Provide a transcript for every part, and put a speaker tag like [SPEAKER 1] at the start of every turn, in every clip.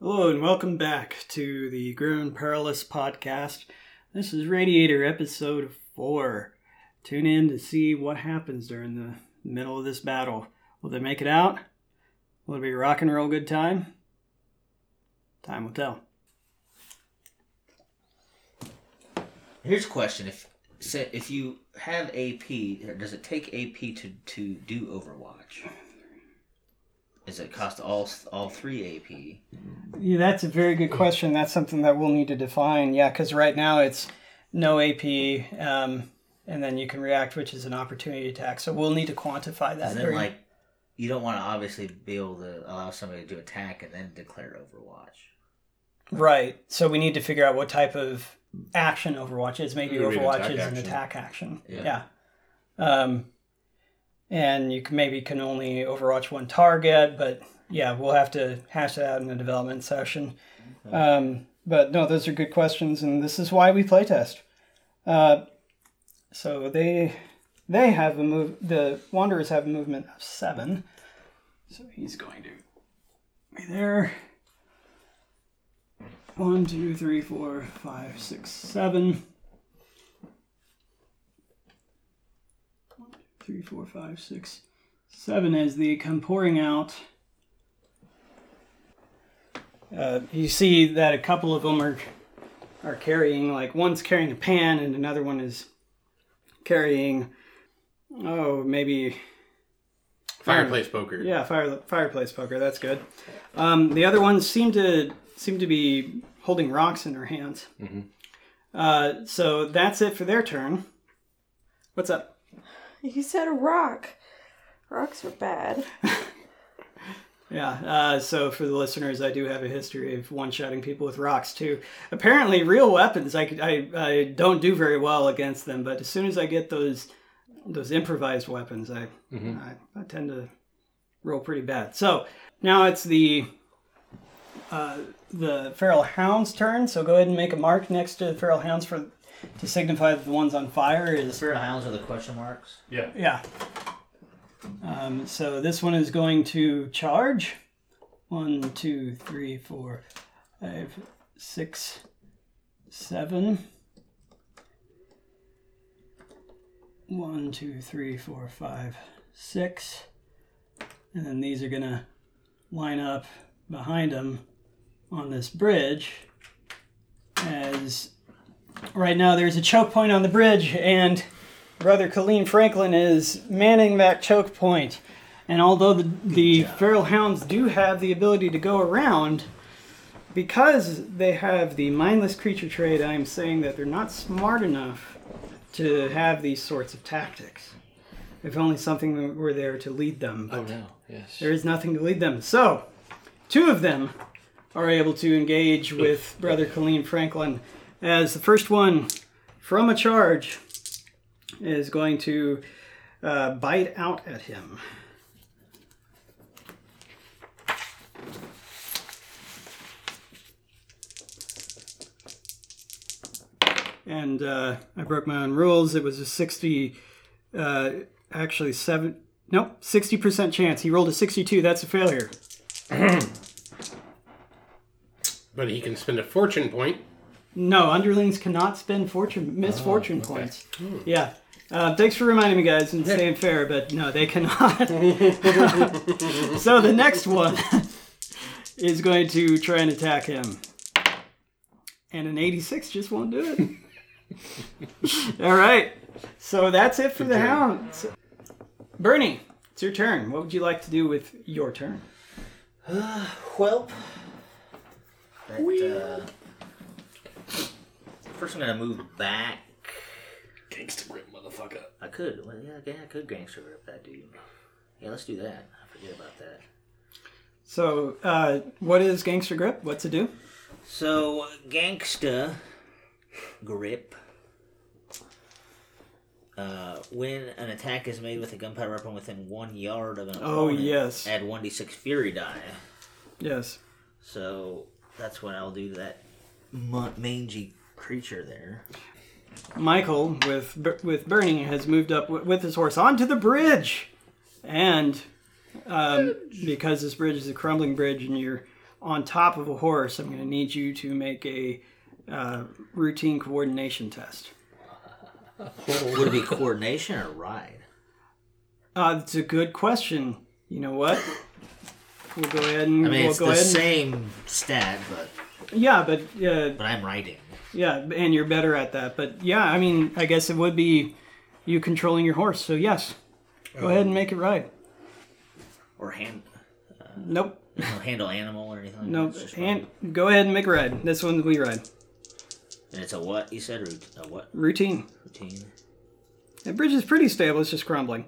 [SPEAKER 1] Hello and welcome back to the Grown Perilous podcast. This is Radiator episode 4. Tune in to see what happens during the middle of this battle. Will they make it out? Will it be a rock and roll good time? Time will tell.
[SPEAKER 2] Here's a question: If say, if you have AP, does it take AP to to do Overwatch? Does it cost all all three AP?
[SPEAKER 1] Yeah, that's a very good question. That's something that we'll need to define. Yeah, because right now it's no AP, um, and then you can react, which is an opportunity attack. So we'll need to quantify that.
[SPEAKER 2] And then
[SPEAKER 1] during-
[SPEAKER 2] like, you don't want to obviously be able to allow somebody to attack and then declare Overwatch.
[SPEAKER 1] Right. So we need to figure out what type of action Overwatch is. Maybe
[SPEAKER 3] Maybe an
[SPEAKER 1] Overwatch
[SPEAKER 3] attack
[SPEAKER 1] is an
[SPEAKER 3] action.
[SPEAKER 1] attack action. Yeah.
[SPEAKER 2] Yeah.
[SPEAKER 1] Um, and you can maybe can only Overwatch one target, but yeah, we'll have to hash that out in a development session. Um, but no, those are good questions, and this is why we playtest. Uh, so they they have a move. The Wanderers have a movement of seven, so he's going to be there. One, two, three, four, five, six, seven. One, two, three, four, five, six, seven. As they come pouring out, uh, you see that a couple of them are are carrying like one's carrying a pan and another one is carrying oh maybe
[SPEAKER 3] Fireplace poker.
[SPEAKER 1] yeah, fire, fireplace poker. That's good. Um, the other ones seem to seem to be holding rocks in their hands. Uh, so that's it for their turn. What's up?
[SPEAKER 4] You said a rock. Rocks are bad.
[SPEAKER 1] Yeah. Uh, so for the listeners, I do have a history of one-shotting people with rocks too. Apparently, real weapons. I, could- I I don't do very well against them, but as soon as I get those those improvised weapons, I I, I tend to roll pretty bad. So now it's the uh, the feral hound's turn. So go ahead and make a mark next to the feral hounds for to signify that the one's on fire is
[SPEAKER 2] Spirit Hounds are the question marks.
[SPEAKER 3] Yeah.
[SPEAKER 1] yeah. Um, so this one is going to charge. One, two, three, four, five, six, seven. One, two, three, four, five, six. And then these are going to line up behind them on this bridge. As right now there's a choke point on the bridge, and Brother Colleen Franklin is manning that choke point. And although the, the feral hounds do have the ability to go around, because they have the mindless creature trait, I'm saying that they're not smart enough to have these sorts of tactics. If only something were there to lead them. But
[SPEAKER 3] Oh, no. Yes.
[SPEAKER 1] there is nothing to lead them. So, two of them are able to engage with Brother Colleen Franklin as the first one from a charge is going to uh, bite out at him. And uh, I broke my own rules. It was a 60, uh, actually, seven, Nope, sixty percent chance. He rolled a sixty-two. That's a failure.
[SPEAKER 3] But he can spend a fortune point.
[SPEAKER 1] No, underlings cannot spend fortune misfortune points. Yeah. Uh, thanks for reminding me, guys, and staying fair. But no, they cannot. so the next one is going to try and attack him, and an eighty-six just won't do it. All right. So that's it for the hounds. Bernie, it's your turn. What would you like to do with your turn?
[SPEAKER 2] Welp. That, uh, first, I'm gonna move back.
[SPEAKER 3] Gangster grip, motherfucker.
[SPEAKER 2] I could. Well, yeah, yeah, I could gangster grip that dude. Yeah, let's do that. I forget about that.
[SPEAKER 1] So, uh, what is Gangster Grip? What's it do?
[SPEAKER 2] So, gangsta grip. Uh, when an attack is made with a gunpowder weapon within one yard of an
[SPEAKER 1] Oh,
[SPEAKER 2] opponent,
[SPEAKER 1] yes.
[SPEAKER 2] add one d six fury die.
[SPEAKER 1] Yes.
[SPEAKER 2] So that's what I'll do to that mu- mangy creature there.
[SPEAKER 1] Michael, with Ber- with Bernie, has moved up w- with his horse onto the bridge, and um, because this bridge is a crumbling bridge, and you're on top of a horse, I'm going to need you to make a uh, routine coordination test.
[SPEAKER 2] Would it be coordination or ride?
[SPEAKER 1] Uh, it's a good question. You know what? We'll go ahead and
[SPEAKER 2] I mean,
[SPEAKER 1] we'll
[SPEAKER 2] it's
[SPEAKER 1] go
[SPEAKER 2] the
[SPEAKER 1] ahead.
[SPEAKER 2] same stat, but
[SPEAKER 1] And, yeah, but uh,
[SPEAKER 2] but I'm riding.
[SPEAKER 1] yeah, and you're better at that. But yeah, I mean, I guess it would be you controlling your horse. So yes, go ahead and make it right.
[SPEAKER 2] or hand
[SPEAKER 1] Nope,
[SPEAKER 2] no, handle animal or anything.
[SPEAKER 1] nope.
[SPEAKER 2] It's just
[SPEAKER 1] And go ahead and make it right. This one we ride.
[SPEAKER 2] ride. and it's a what you said root a what
[SPEAKER 1] Routine.
[SPEAKER 2] routine?
[SPEAKER 1] The bridge is pretty stable. It's just crumbling.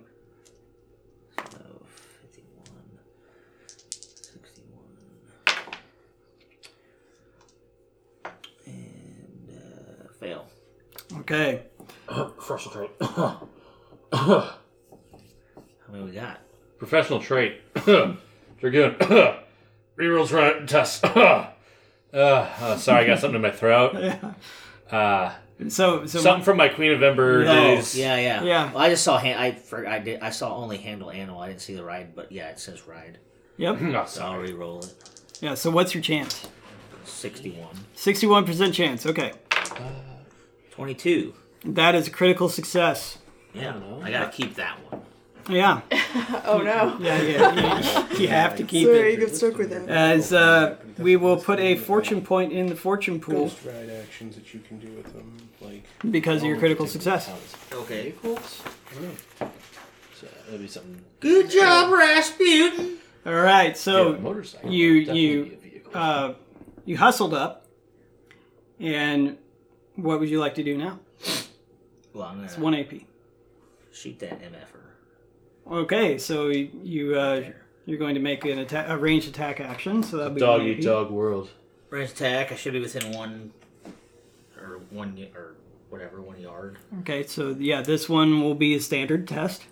[SPEAKER 2] Oh, 51, 61. and uh, fail.
[SPEAKER 1] Okay.
[SPEAKER 5] Professional trait.
[SPEAKER 2] How many we got?
[SPEAKER 5] Professional trait. Dragoon. Rerolls run test. uh, uh, sorry, I got something in my throat. Uh,
[SPEAKER 1] So so
[SPEAKER 5] something from my Queen of Ember
[SPEAKER 1] Yeah.
[SPEAKER 5] days.
[SPEAKER 2] yeah, yeah,
[SPEAKER 1] Yeah.
[SPEAKER 2] Well, I just saw hand. I for, I did. I saw only handle animal. I didn't see the ride, but yeah, it says ride.
[SPEAKER 1] yep.
[SPEAKER 5] Oh,
[SPEAKER 2] So I'll
[SPEAKER 5] sorry.
[SPEAKER 2] re-roll it.
[SPEAKER 1] Yeah. So what's your chance?
[SPEAKER 2] Sixty-one.
[SPEAKER 1] Sixty-one percent chance. Okay.
[SPEAKER 2] Twenty-two.
[SPEAKER 1] That is a critical success.
[SPEAKER 2] Yeah, I, gotta keep that one.
[SPEAKER 1] Yeah.
[SPEAKER 4] Oh no.
[SPEAKER 1] Yeah. Yeah. You, you have to keep
[SPEAKER 4] Sorry,
[SPEAKER 1] it.
[SPEAKER 4] you get stuck with that.
[SPEAKER 1] As uh, we will put a fortune point in the fortune pool
[SPEAKER 6] Ghost ride actions that you can do with them, like
[SPEAKER 1] because of your critical success.
[SPEAKER 6] I
[SPEAKER 2] Okay.
[SPEAKER 6] don't know.
[SPEAKER 5] Uh,
[SPEAKER 6] So that'd be something.
[SPEAKER 2] Good job, Rasputin.
[SPEAKER 1] All right.
[SPEAKER 5] Yeah,
[SPEAKER 1] So
[SPEAKER 5] motorcycle.
[SPEAKER 1] you-
[SPEAKER 5] would definitely
[SPEAKER 1] you,
[SPEAKER 5] be a vehicle.
[SPEAKER 1] uh, you hustled up, and what would you like to do now?
[SPEAKER 2] Well, I'm
[SPEAKER 1] It's
[SPEAKER 2] gonna
[SPEAKER 1] one AP.
[SPEAKER 2] shoot that mf'er.
[SPEAKER 1] Okay. So you uh, you're going to make an attack, a ranged attack action. So that'll be
[SPEAKER 5] dog
[SPEAKER 1] one
[SPEAKER 5] eat
[SPEAKER 1] AP.
[SPEAKER 5] dog world.
[SPEAKER 2] Range attack. I should be within one, or one y- or whatever one yard.
[SPEAKER 1] Okay, so yeah, this one will be a standard test.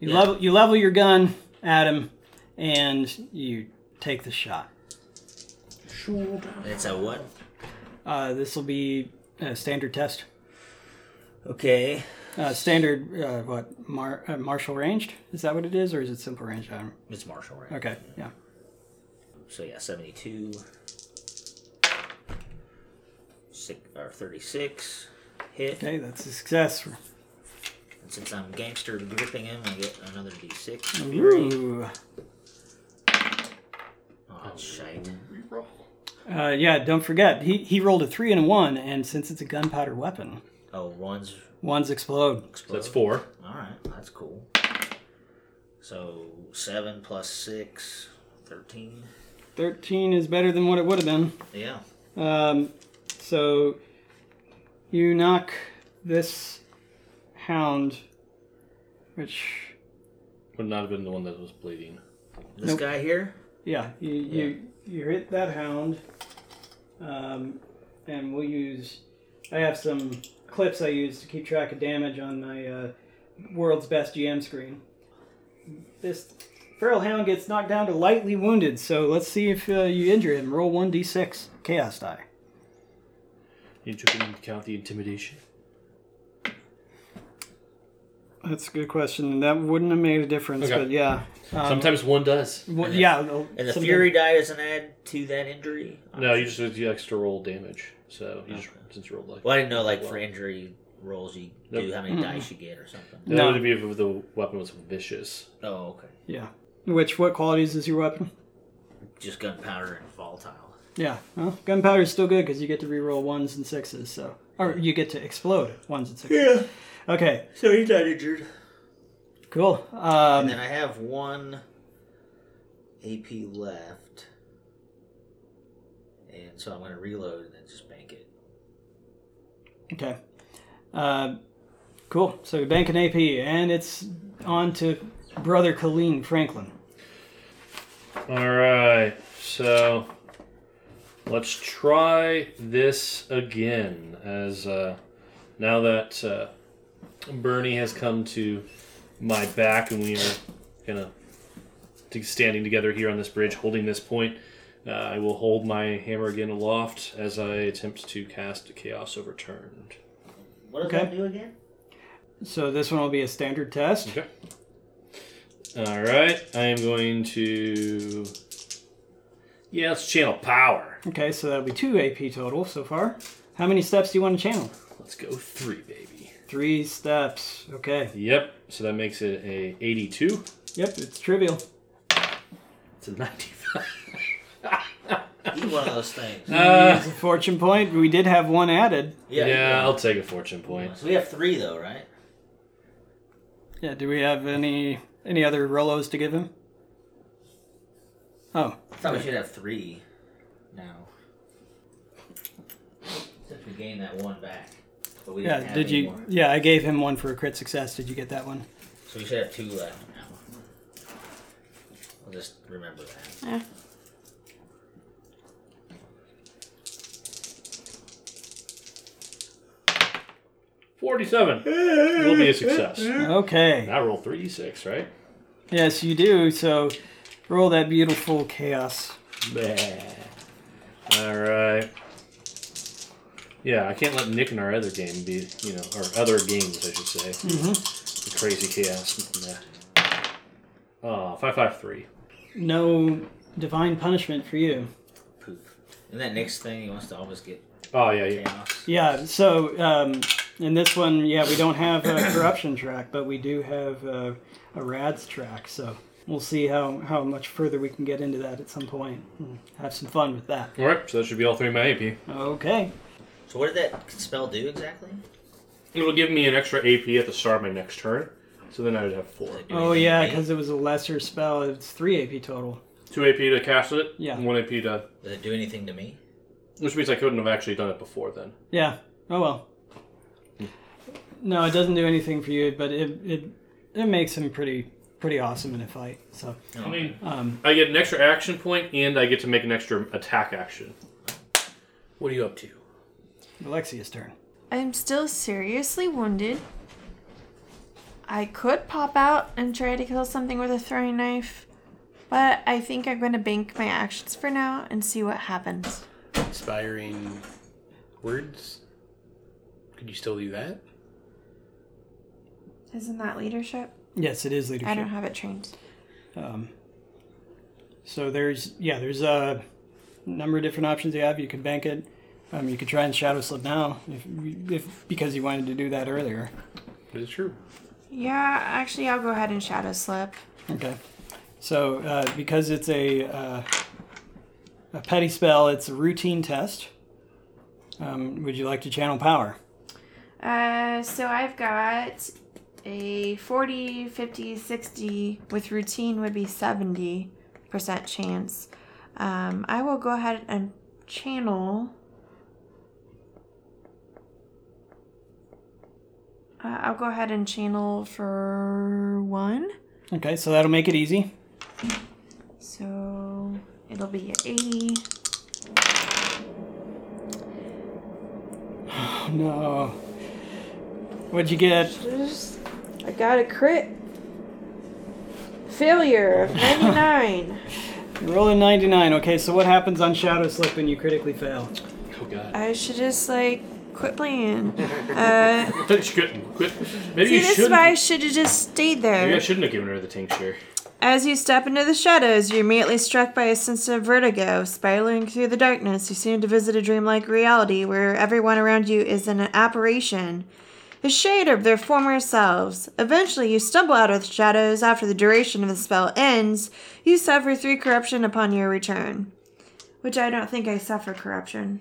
[SPEAKER 1] You
[SPEAKER 2] Yeah.
[SPEAKER 1] level you level your gun at him, and you take the shot.
[SPEAKER 2] And it's a what?
[SPEAKER 1] Uh, this will be a standard test.
[SPEAKER 2] Okay.
[SPEAKER 1] Uh, standard uh, what mar- uh, martial ranged? Is that what it is, or is it simple ranged? I don't-
[SPEAKER 2] It's martial range.
[SPEAKER 1] Okay, yeah.
[SPEAKER 2] So yeah, seventy-two. Six or thirty-six. Hit.
[SPEAKER 1] Okay, that's a success.
[SPEAKER 2] And since I'm gangster gripping him, I get another d6.
[SPEAKER 1] Ooh.
[SPEAKER 2] Oh, that's shite.
[SPEAKER 1] Uh, yeah, don't forget he he rolled a three and a one, and since it's a gunpowder weapon,
[SPEAKER 2] Oh, one's
[SPEAKER 1] ones explode.
[SPEAKER 5] So that's
[SPEAKER 2] exploded.
[SPEAKER 5] four.
[SPEAKER 2] All right, that's cool. So seven plus six, 13.
[SPEAKER 1] Thirteen is better than what it would have been.
[SPEAKER 2] Yeah.
[SPEAKER 1] Um, so you knock this hound, which
[SPEAKER 5] Would not have been the one that was bleeding.
[SPEAKER 2] This
[SPEAKER 1] Nope.
[SPEAKER 2] guy here.
[SPEAKER 1] yeah, you you, you hit that hound, um, and we'll use. I have some clips I use to keep track of damage on my uh, world's best GM screen. This feral hound gets knocked down to lightly wounded, so let's see if uh, you injure him. Roll one d6 chaos die.
[SPEAKER 5] You took into account the intimidation.
[SPEAKER 1] That's a good question. That wouldn't have made a difference,
[SPEAKER 5] Okay.
[SPEAKER 1] but yeah.
[SPEAKER 5] Sometimes one does.
[SPEAKER 1] Well,
[SPEAKER 2] And the-
[SPEAKER 1] yeah.
[SPEAKER 2] And the
[SPEAKER 1] some
[SPEAKER 2] fury die doesn't add to that injury.
[SPEAKER 5] No, you just do the extra roll damage. So you just
[SPEAKER 2] Okay.
[SPEAKER 5] since you rolled like
[SPEAKER 2] Well, I didn't know like for injury rolls you do
[SPEAKER 5] Nope.
[SPEAKER 2] how many dice you get or something.
[SPEAKER 5] that
[SPEAKER 1] No.
[SPEAKER 5] would be if the weapon was vicious.
[SPEAKER 2] Oh, okay.
[SPEAKER 1] good- Yeah. Which what qualities is your weapon?
[SPEAKER 2] Just gunpowder and volatile.
[SPEAKER 1] Yeah. Well, gunpowder is still good because you get to reroll ones and sixes. So, or you get to explode ones and sixes.
[SPEAKER 2] Yeah.
[SPEAKER 1] Okay.
[SPEAKER 2] So he's not injured.
[SPEAKER 1] Cool.
[SPEAKER 2] And
[SPEAKER 1] Um,
[SPEAKER 2] then I have one AP left, and so I'm gonna reload and then just bank it.
[SPEAKER 1] okay. Uh, cool. So we bank an AP, and it's on to brother Colleen Franklin.
[SPEAKER 5] All right, so let's try this again. As uh, now that uh, Bernie has come to my back, and we are gonna to standing together here on this bridge, holding this point. Uh, I will hold my hammer again aloft as I attempt to cast Chaos Overturned.
[SPEAKER 2] What does
[SPEAKER 1] Okay.
[SPEAKER 2] that do again?
[SPEAKER 1] So this one will be a standard test.
[SPEAKER 5] Okay. All right, I am going to Yeah, let's channel power.
[SPEAKER 1] Okay, so that'll be two AP total so far. How many steps do you want to channel?
[SPEAKER 5] Let's go three, baby.
[SPEAKER 1] Three steps. Okay.
[SPEAKER 5] Yep. So that makes it a 82
[SPEAKER 1] Yep, it's trivial.
[SPEAKER 5] to the 95.
[SPEAKER 2] Eat one of those things.
[SPEAKER 1] It's a fortune point. We did have one added.
[SPEAKER 5] Yeah,
[SPEAKER 2] yeah. eat
[SPEAKER 5] I'll take a fortune point.
[SPEAKER 2] one. So we have three though, right?
[SPEAKER 1] Yeah. Do we have any any other Rolos to give him? Oh,
[SPEAKER 2] I thought we should have three now. Since we gained that one back. But we didn't
[SPEAKER 1] yeah.
[SPEAKER 2] have
[SPEAKER 1] Did
[SPEAKER 2] any
[SPEAKER 1] you?
[SPEAKER 2] more.
[SPEAKER 1] Yeah, I gave him one for a crit success. Did you get that one?
[SPEAKER 2] So we should have two left now. I'll just remember that.
[SPEAKER 4] Yeah.
[SPEAKER 5] Forty-seven will be a success.
[SPEAKER 1] Okay.
[SPEAKER 5] I roll three d six, right?
[SPEAKER 1] Yes, you do. So, roll that beautiful chaos.
[SPEAKER 5] All right. Yeah, I can't let Nick and our other game be, you know, or other games, I should say. The crazy chaos. Nah. Oh, five five three.
[SPEAKER 1] No divine punishment for you.
[SPEAKER 2] Poop. And that next thing he wants to always get
[SPEAKER 5] Oh yeah, yeah.
[SPEAKER 2] chaos.
[SPEAKER 1] Yeah. So um, in this one, yeah, we don't have a corruption track, but we do have a, a rads track. So we'll see how how much further we can get into that at some point. and Have some fun with that.
[SPEAKER 5] All right, so that should be all three of my AP.
[SPEAKER 1] Okay.
[SPEAKER 2] So what did that spell do exactly?
[SPEAKER 5] It'll give me an extra AP at the start of my next turn, so then I would have four.
[SPEAKER 2] Does it do
[SPEAKER 1] Oh
[SPEAKER 2] anything
[SPEAKER 1] yeah,
[SPEAKER 2] to me?
[SPEAKER 1] because it was a lesser spell. It's three AP total.
[SPEAKER 5] Two AP to cast it.
[SPEAKER 1] Yeah.
[SPEAKER 5] And one AP to,
[SPEAKER 2] Does it do anything to me?
[SPEAKER 5] which means I couldn't have actually done it before then.
[SPEAKER 1] Yeah. Oh well. No, it doesn't do anything for you, but it it it makes him pretty pretty awesome in a fight. So
[SPEAKER 2] No.
[SPEAKER 5] I mean,
[SPEAKER 1] um,
[SPEAKER 5] I get an extra action point, and I get to make an extra attack action.
[SPEAKER 3] What are you up to?
[SPEAKER 1] Alexia's turn.
[SPEAKER 4] I'm still seriously wounded. I could pop out and try to kill something with a throwing knife, but I think I'm going to bank my actions for now and see what happens.
[SPEAKER 3] Inspiring words? Could you still do that?
[SPEAKER 4] Isn't that leadership?
[SPEAKER 1] Yes, it is
[SPEAKER 4] I
[SPEAKER 1] leadership.
[SPEAKER 4] don't have it trained.
[SPEAKER 1] Um, so there's yeah, there's a number of different options you have. You could bank it. Um, you could try and shadow slip now if, if because you wanted to do that earlier.
[SPEAKER 3] Is it true?
[SPEAKER 4] Yeah, actually, I'll go ahead and shadow slip.
[SPEAKER 1] Okay. So uh, because it's a uh, a petty spell, it's a routine test. Um, would you like to channel power?
[SPEAKER 4] Uh, so I've got a 40, 50, 60, with routine would be 70% chance. Um, I will go ahead and channel. Uh, I'll go ahead and channel for one.
[SPEAKER 1] Okay, so that'll make it easy.
[SPEAKER 4] So it'll be at 80.
[SPEAKER 1] Oh, no. What'd you get?
[SPEAKER 4] I got a crit. Failure of 99.
[SPEAKER 1] You're rolling 99. Okay, so what happens on shadow slip when you critically fail?
[SPEAKER 5] Oh god.
[SPEAKER 4] I should just like quit playing. Uh,
[SPEAKER 5] I thought you couldn't quit. Maybe
[SPEAKER 4] see,
[SPEAKER 5] you
[SPEAKER 4] this is
[SPEAKER 5] shouldn't.
[SPEAKER 4] why I should have just stayed
[SPEAKER 5] Maybe I
[SPEAKER 4] there.
[SPEAKER 5] shouldn't have given her the tincture.
[SPEAKER 4] As you step into the shadows, you're immediately struck by a sense of vertigo. Spiraling through the darkness, you seem to visit a dreamlike reality where everyone around you is an apparition, a shade of their former selves. Eventually, you stumble out of the shadows. After the duration of the spell ends, you suffer three corruption upon your return. Which I don't think I suffer corruption.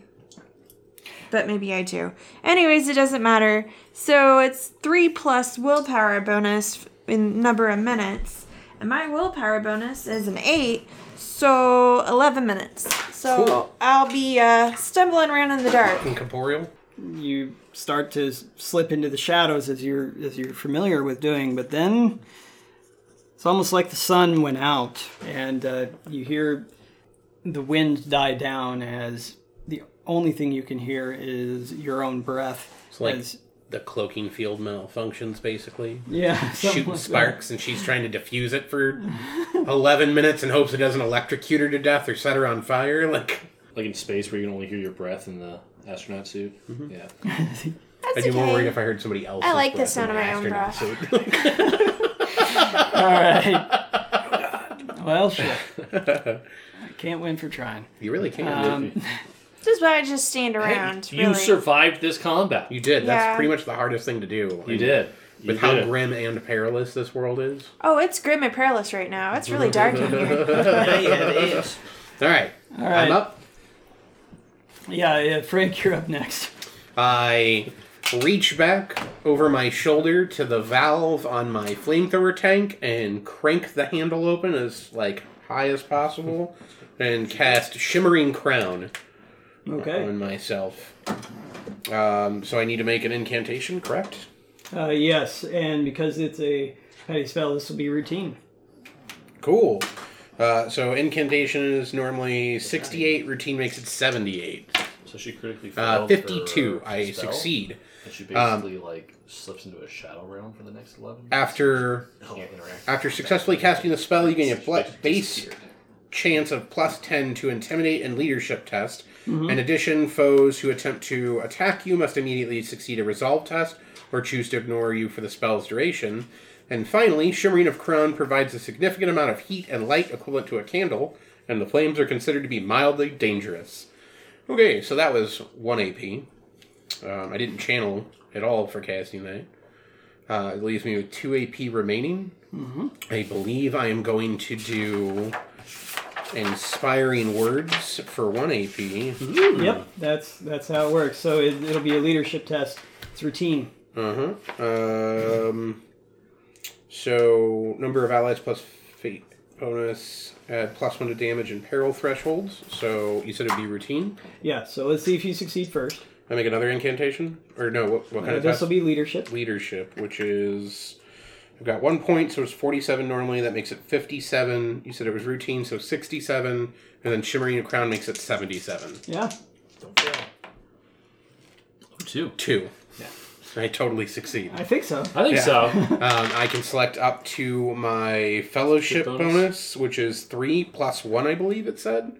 [SPEAKER 4] But maybe I do. Anyways, it doesn't matter. So it's three plus willpower bonus in number of minutes. And my willpower bonus is an eight, so 11 minutes. So
[SPEAKER 3] Cool.
[SPEAKER 4] I'll be uh, stumbling around in the dark.
[SPEAKER 3] Incorporeal?
[SPEAKER 1] you start to s- slip into the shadows as you're as you're familiar with doing but then it's almost like the sun went out and uh, you hear the wind die down as the only thing you can hear is your own breath
[SPEAKER 3] like-
[SPEAKER 1] as,
[SPEAKER 3] The cloaking field malfunctions, basically.
[SPEAKER 1] yeah something
[SPEAKER 3] Shooting
[SPEAKER 1] like that.
[SPEAKER 3] sparks, and she's trying to defuse it for 11 minutes in hopes it doesn't electrocute her to death or set her on fire. Like,
[SPEAKER 5] Like in space where you can only hear your breath in the astronaut suit.
[SPEAKER 3] Mm-hmm.
[SPEAKER 5] Yeah.
[SPEAKER 4] That's
[SPEAKER 3] I'd be more
[SPEAKER 4] okay.
[SPEAKER 3] worried if I heard somebody else.
[SPEAKER 4] I like the sound of my own
[SPEAKER 1] all right well shit Can't win for trying.
[SPEAKER 3] You really can.
[SPEAKER 1] Um,
[SPEAKER 4] Just by just stand around.
[SPEAKER 5] You
[SPEAKER 4] really.
[SPEAKER 5] survived this combat. You,
[SPEAKER 3] you did.
[SPEAKER 4] yeah.
[SPEAKER 3] That's pretty much the hardest thing to do.
[SPEAKER 5] did. You
[SPEAKER 3] With
[SPEAKER 5] did
[SPEAKER 3] how
[SPEAKER 5] it.
[SPEAKER 3] grim and perilous this world is.
[SPEAKER 4] Oh, it's grim and perilous right now. It's really dark in here.
[SPEAKER 2] yeah, it is.
[SPEAKER 3] All right.
[SPEAKER 1] all
[SPEAKER 3] I'm
[SPEAKER 1] right.
[SPEAKER 3] up.
[SPEAKER 1] Yeah, yeah, Frank, you're up next.
[SPEAKER 3] I reach back over my shoulder to the valve on my flamethrower tank and crank the handle open as like high as possible and cast shimmering crown
[SPEAKER 1] Okay.
[SPEAKER 3] on myself. Um, so I need to make an incantation, correct?
[SPEAKER 1] Uh, yes, and because it's a how do you spell this will be routine.
[SPEAKER 3] Cool. Uh, so incantation is normally 68, routine makes it 78.
[SPEAKER 6] So she critically failed
[SPEAKER 3] Uh,
[SPEAKER 6] her
[SPEAKER 3] 52, I
[SPEAKER 6] spell,
[SPEAKER 3] succeed. Um,
[SPEAKER 6] And she basically like slips into a shadow realm for the next eleven.
[SPEAKER 3] Uh, After
[SPEAKER 6] Can't interact.
[SPEAKER 3] after successfully casting the spell, you gain a ble-
[SPEAKER 6] Basically
[SPEAKER 3] base
[SPEAKER 6] disappeared.
[SPEAKER 3] chance of plus 10 to intimidate and leadership test. In addition, foes who attempt to attack you must immediately succeed a resolve test or choose to ignore you for the spell's duration. And finally, Shimmering of Crown provides a significant amount of heat and light equivalent to a candle, and the flames are considered to be mildly dangerous. Okay, so that was 1 AP. Um, I didn't channel at all for casting that. Uh, it leaves me with 2 AP remaining. I believe I am going to do inspiring words for one AP.
[SPEAKER 1] Yep, that's that's how it works. So it, it'll be a leadership test. It's routine.
[SPEAKER 3] Uh huh. Um, so number of allies plus fate bonus add plus one to damage and peril thresholds. So you said it'd be routine.
[SPEAKER 1] Yeah. So let's see if you succeed first.
[SPEAKER 3] I make another incantation, or no? What, what kind
[SPEAKER 1] Uh,
[SPEAKER 3] of
[SPEAKER 1] this
[SPEAKER 3] test?
[SPEAKER 1] will be leadership.
[SPEAKER 3] Leadership, which is. I've got one point, so it's 47 normally. That makes it 57. You said it was routine, so 67. And then Shimmering of Crown makes it 77.
[SPEAKER 1] Yeah.
[SPEAKER 5] Two.
[SPEAKER 3] Two. I totally succeed.
[SPEAKER 1] I think so.
[SPEAKER 5] I think
[SPEAKER 3] Yeah.
[SPEAKER 5] so.
[SPEAKER 3] Um, I can select up to my fellowship bonus.
[SPEAKER 5] bonus.
[SPEAKER 3] which is three plus one, I believe it said.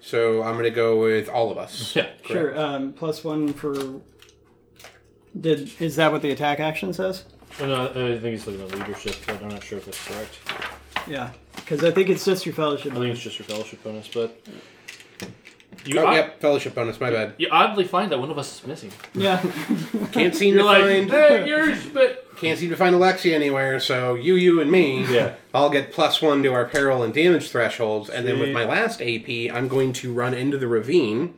[SPEAKER 3] So I'm gonna go with all of us.
[SPEAKER 5] yeah.
[SPEAKER 1] Sure. Um, plus one for. Did is that what the attack action says?
[SPEAKER 5] No, uh, I think he's looking at leadership, but I'm not sure if that's correct.
[SPEAKER 1] Yeah, because I think it's just your fellowship.
[SPEAKER 5] I think it's just your fellowship bonus, but you,
[SPEAKER 3] Oh,
[SPEAKER 5] od-
[SPEAKER 3] yep, fellowship bonus. My bad.
[SPEAKER 5] you oddly find that one of us is missing.
[SPEAKER 1] Yeah.
[SPEAKER 3] Can't seem to
[SPEAKER 5] You're like,
[SPEAKER 3] find
[SPEAKER 5] "Hey, yours, but
[SPEAKER 3] can't seem to find Alexi anywhere. So you, you, and me,
[SPEAKER 5] Yeah.
[SPEAKER 3] I'll get plus one to our peril and damage thresholds, and then with my last AP, I'm going to run into the ravine.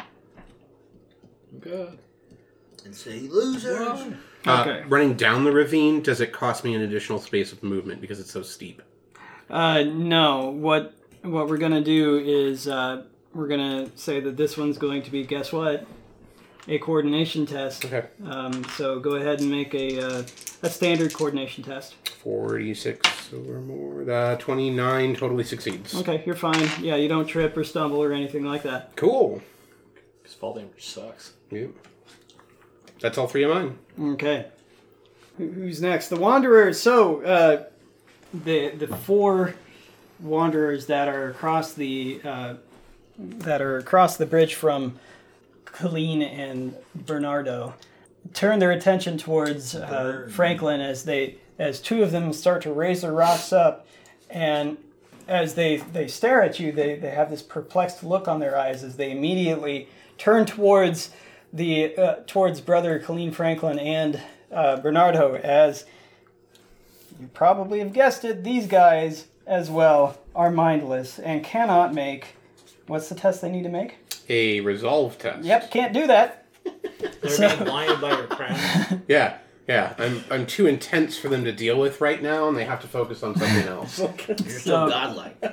[SPEAKER 5] God.
[SPEAKER 2] And say losers.
[SPEAKER 3] Uh,
[SPEAKER 1] Okay.
[SPEAKER 3] Running down the ravine, does it cost me an additional space of movement because it's so steep?
[SPEAKER 1] Uh, no. What what we're gonna do is uh, we're gonna say that this one's going to be guess what, a coordination test.
[SPEAKER 3] Okay.
[SPEAKER 1] Um, so go ahead and make a uh, a standard coordination test.
[SPEAKER 3] 46 or more. Uh, 29 totally succeeds.
[SPEAKER 1] Okay, you're fine. Yeah, you don't trip or stumble or anything like that.
[SPEAKER 3] Cool.
[SPEAKER 5] Because fall damage sucks.
[SPEAKER 3] Yep. That's all three of mine.
[SPEAKER 1] Okay. Who- Who's next? The Wanderers. So, uh, the the four Wanderers that are across the uh, that are across the bridge from Colleen and Bernardo turn their attention towards uh, Franklin as they as two of them start to raise their rocks up, and as they they stare at you, they they have this perplexed look on their eyes as they immediately turn towards the uh, towards brother Colleen Franklin and uh, Bernardo as you probably have guessed it these guys as well are mindless and cannot make what's the test they need to make
[SPEAKER 3] A resolve test.
[SPEAKER 1] yep can't do that
[SPEAKER 7] They're being blinded by your crown.
[SPEAKER 3] Yeah. Yeah. I'm I'm too intense for them to deal with right now, and they have to focus on something else.
[SPEAKER 2] You're so
[SPEAKER 1] So-
[SPEAKER 2] godlike.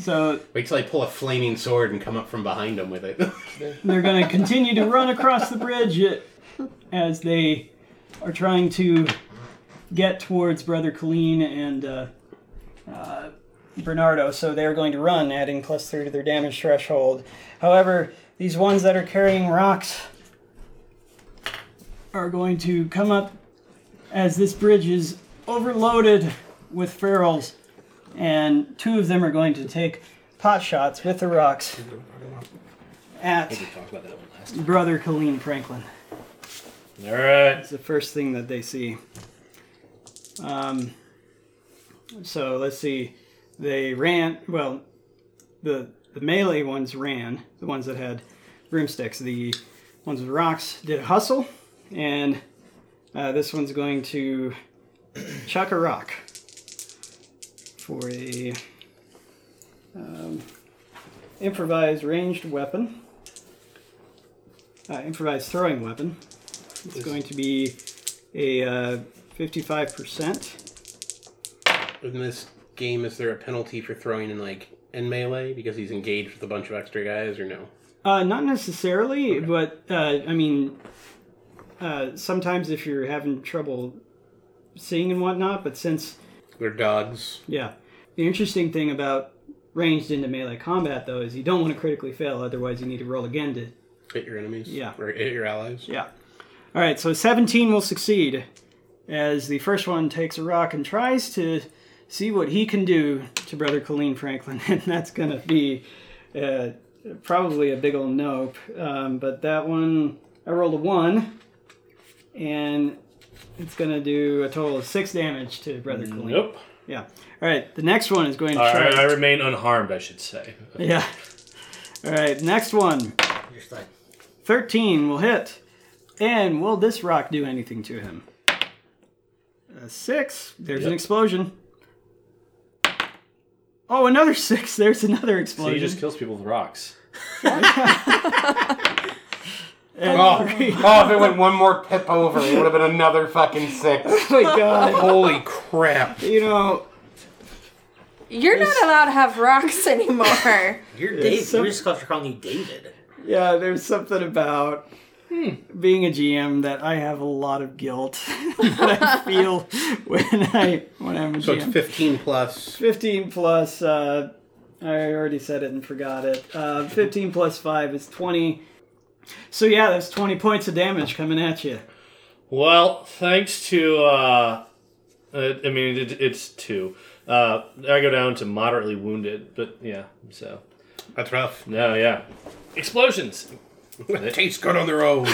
[SPEAKER 1] so
[SPEAKER 3] Wait till I pull a flaming sword and come up from behind them with it.
[SPEAKER 1] They're going to continue to run across the bridge as they are trying to get towards Brother Colleen and uh, uh, Bernardo. So they're going to run, adding plus three to their damage threshold. However, these ones that are carrying rocks are going to come up as this bridge is overloaded with ferals, and two of them are going to take pot shots with the rocks at
[SPEAKER 5] We talked about that one last
[SPEAKER 1] brother Colleen Franklin.
[SPEAKER 5] time. All right.
[SPEAKER 1] It's the first thing that they see. Um, so let's see. They ran. Well, the the melee ones ran, the ones that had broomsticks. The ones with rocks did a hustle, and uh, this one's going to chuck a rock for a um, improvised ranged weapon, uh, improvised throwing weapon. It's going to be a uh, 55%.
[SPEAKER 3] In this game, is there a penalty for throwing in like in melee because he's engaged with a bunch of extra guys, or no?
[SPEAKER 1] Uh, not necessarily, but uh, I mean, uh, sometimes if you're having trouble seeing and whatnot, but since
[SPEAKER 3] They're dogs.
[SPEAKER 1] Yeah. The interesting thing about ranged into melee combat though is you don't want to critically fail, otherwise you need to roll again to
[SPEAKER 3] Hit your enemies.
[SPEAKER 1] Yeah.
[SPEAKER 3] Or hit your allies.
[SPEAKER 1] Yeah. Alright, so seventeen will succeed as the first one takes a rock and tries to see what he can do to brother Colleen Franklin, and that's gonna be uh, probably a big old nope. Um, but that one I rolled a one and it's gonna do a total of six damage to brother Colleen.
[SPEAKER 5] Nope.
[SPEAKER 1] Yeah. All right. The next one is going to
[SPEAKER 5] All
[SPEAKER 1] try.
[SPEAKER 5] right, I remain unharmed, I should say.
[SPEAKER 1] Yeah. All right. Next one.
[SPEAKER 2] You're just like,
[SPEAKER 1] 13 will hit. And will this rock do anything to him? A six. There's an
[SPEAKER 5] Yep.
[SPEAKER 1] explosion. Oh, another six. There's another
[SPEAKER 5] So
[SPEAKER 1] explosion.
[SPEAKER 5] he just kills people with rocks.
[SPEAKER 1] And-
[SPEAKER 3] Oh, oh, if it went one more pip over, it would have been another fucking six.
[SPEAKER 1] Oh my god.
[SPEAKER 3] Holy crap.
[SPEAKER 1] You know,
[SPEAKER 4] You're not allowed to have rocks anymore.
[SPEAKER 2] you're David.
[SPEAKER 1] so-
[SPEAKER 2] We're just supposed to call you David.
[SPEAKER 1] yeah, there's something about
[SPEAKER 5] Hmm.
[SPEAKER 1] being a GM that I have a lot of guilt that I feel when I when I'm a
[SPEAKER 3] So
[SPEAKER 1] GM.
[SPEAKER 3] it's 15 plus.
[SPEAKER 1] 15 plus uh, i already said it and forgot it uh, 15 plus 5 is 20 so yeah that's 20 points of damage coming at you
[SPEAKER 5] Well, thanks to, uh, uh, I mean, it, it's two. Uh, I go down to moderately wounded, but yeah, so.
[SPEAKER 3] That's rough.
[SPEAKER 5] No, yeah. Explosions!
[SPEAKER 3] It tastes good on their own.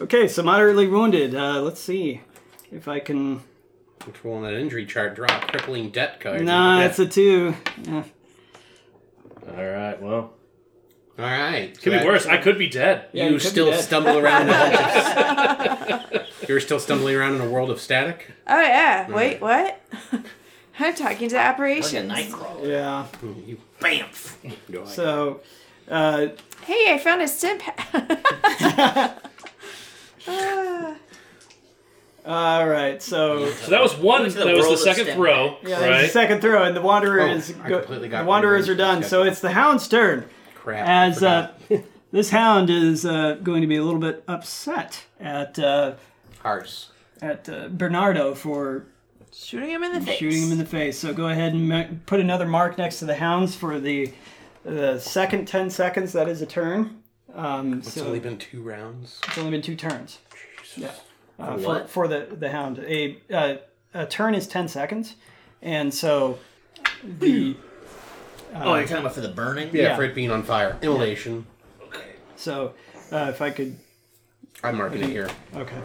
[SPEAKER 1] okay so moderately wounded uh, let's see if i can
[SPEAKER 3] Which will on that injury chart draw a crippling debt card.
[SPEAKER 1] nah it's a 2 yeah.
[SPEAKER 5] All right, well.
[SPEAKER 3] All right.
[SPEAKER 5] Could be worse. I could be dead.
[SPEAKER 1] Yeah,
[SPEAKER 3] you
[SPEAKER 1] it could be
[SPEAKER 3] still
[SPEAKER 1] dead.
[SPEAKER 3] stumble around in a bunch of- You're still stumbling around in a world of static?
[SPEAKER 4] oh
[SPEAKER 1] Mm.
[SPEAKER 4] yeah. Wait, what? I'm talking to
[SPEAKER 2] Like a
[SPEAKER 4] operations.
[SPEAKER 2] nightcrawler.
[SPEAKER 1] yeah
[SPEAKER 3] Oh You
[SPEAKER 1] Uh,
[SPEAKER 2] Bamf.
[SPEAKER 1] so uh,
[SPEAKER 4] Hey, I found a stim pack. Ah.
[SPEAKER 1] uh, all right so
[SPEAKER 5] So that was one.
[SPEAKER 2] Went to the
[SPEAKER 5] That was
[SPEAKER 2] world
[SPEAKER 5] the
[SPEAKER 2] of
[SPEAKER 5] second
[SPEAKER 2] STEM.
[SPEAKER 5] throw,
[SPEAKER 1] yeah, there's
[SPEAKER 5] right?
[SPEAKER 1] the second throw, and the wanderer
[SPEAKER 3] Oh,
[SPEAKER 1] is
[SPEAKER 3] I
[SPEAKER 1] go-
[SPEAKER 3] completely got
[SPEAKER 1] the wanderers are
[SPEAKER 3] rid of
[SPEAKER 1] done.
[SPEAKER 3] this
[SPEAKER 1] So
[SPEAKER 3] guy.
[SPEAKER 1] it's the hound's turn.
[SPEAKER 3] crap. I
[SPEAKER 1] as uh,
[SPEAKER 3] forgot.
[SPEAKER 1] this hound is uh, going to be a little bit upset at uh,
[SPEAKER 3] Hearts.
[SPEAKER 1] at uh, Bernardo for
[SPEAKER 4] Shooting him in the face.
[SPEAKER 1] shooting him in the face. So go ahead and ma- put another mark next to the hounds for the the second ten seconds. That is a turn. Um,
[SPEAKER 3] It's
[SPEAKER 1] so
[SPEAKER 3] only been two rounds.
[SPEAKER 1] it's only been two turns. Yeah. Uh, for,
[SPEAKER 2] what?
[SPEAKER 1] for the the hound, a uh, a turn is ten seconds, and so the
[SPEAKER 2] Oh, you're talking about for the burning?
[SPEAKER 3] Yeah,
[SPEAKER 1] Yeah.
[SPEAKER 3] for it being on fire. Immolation.
[SPEAKER 1] so uh, if I could
[SPEAKER 3] I'm marking it here.
[SPEAKER 1] okay.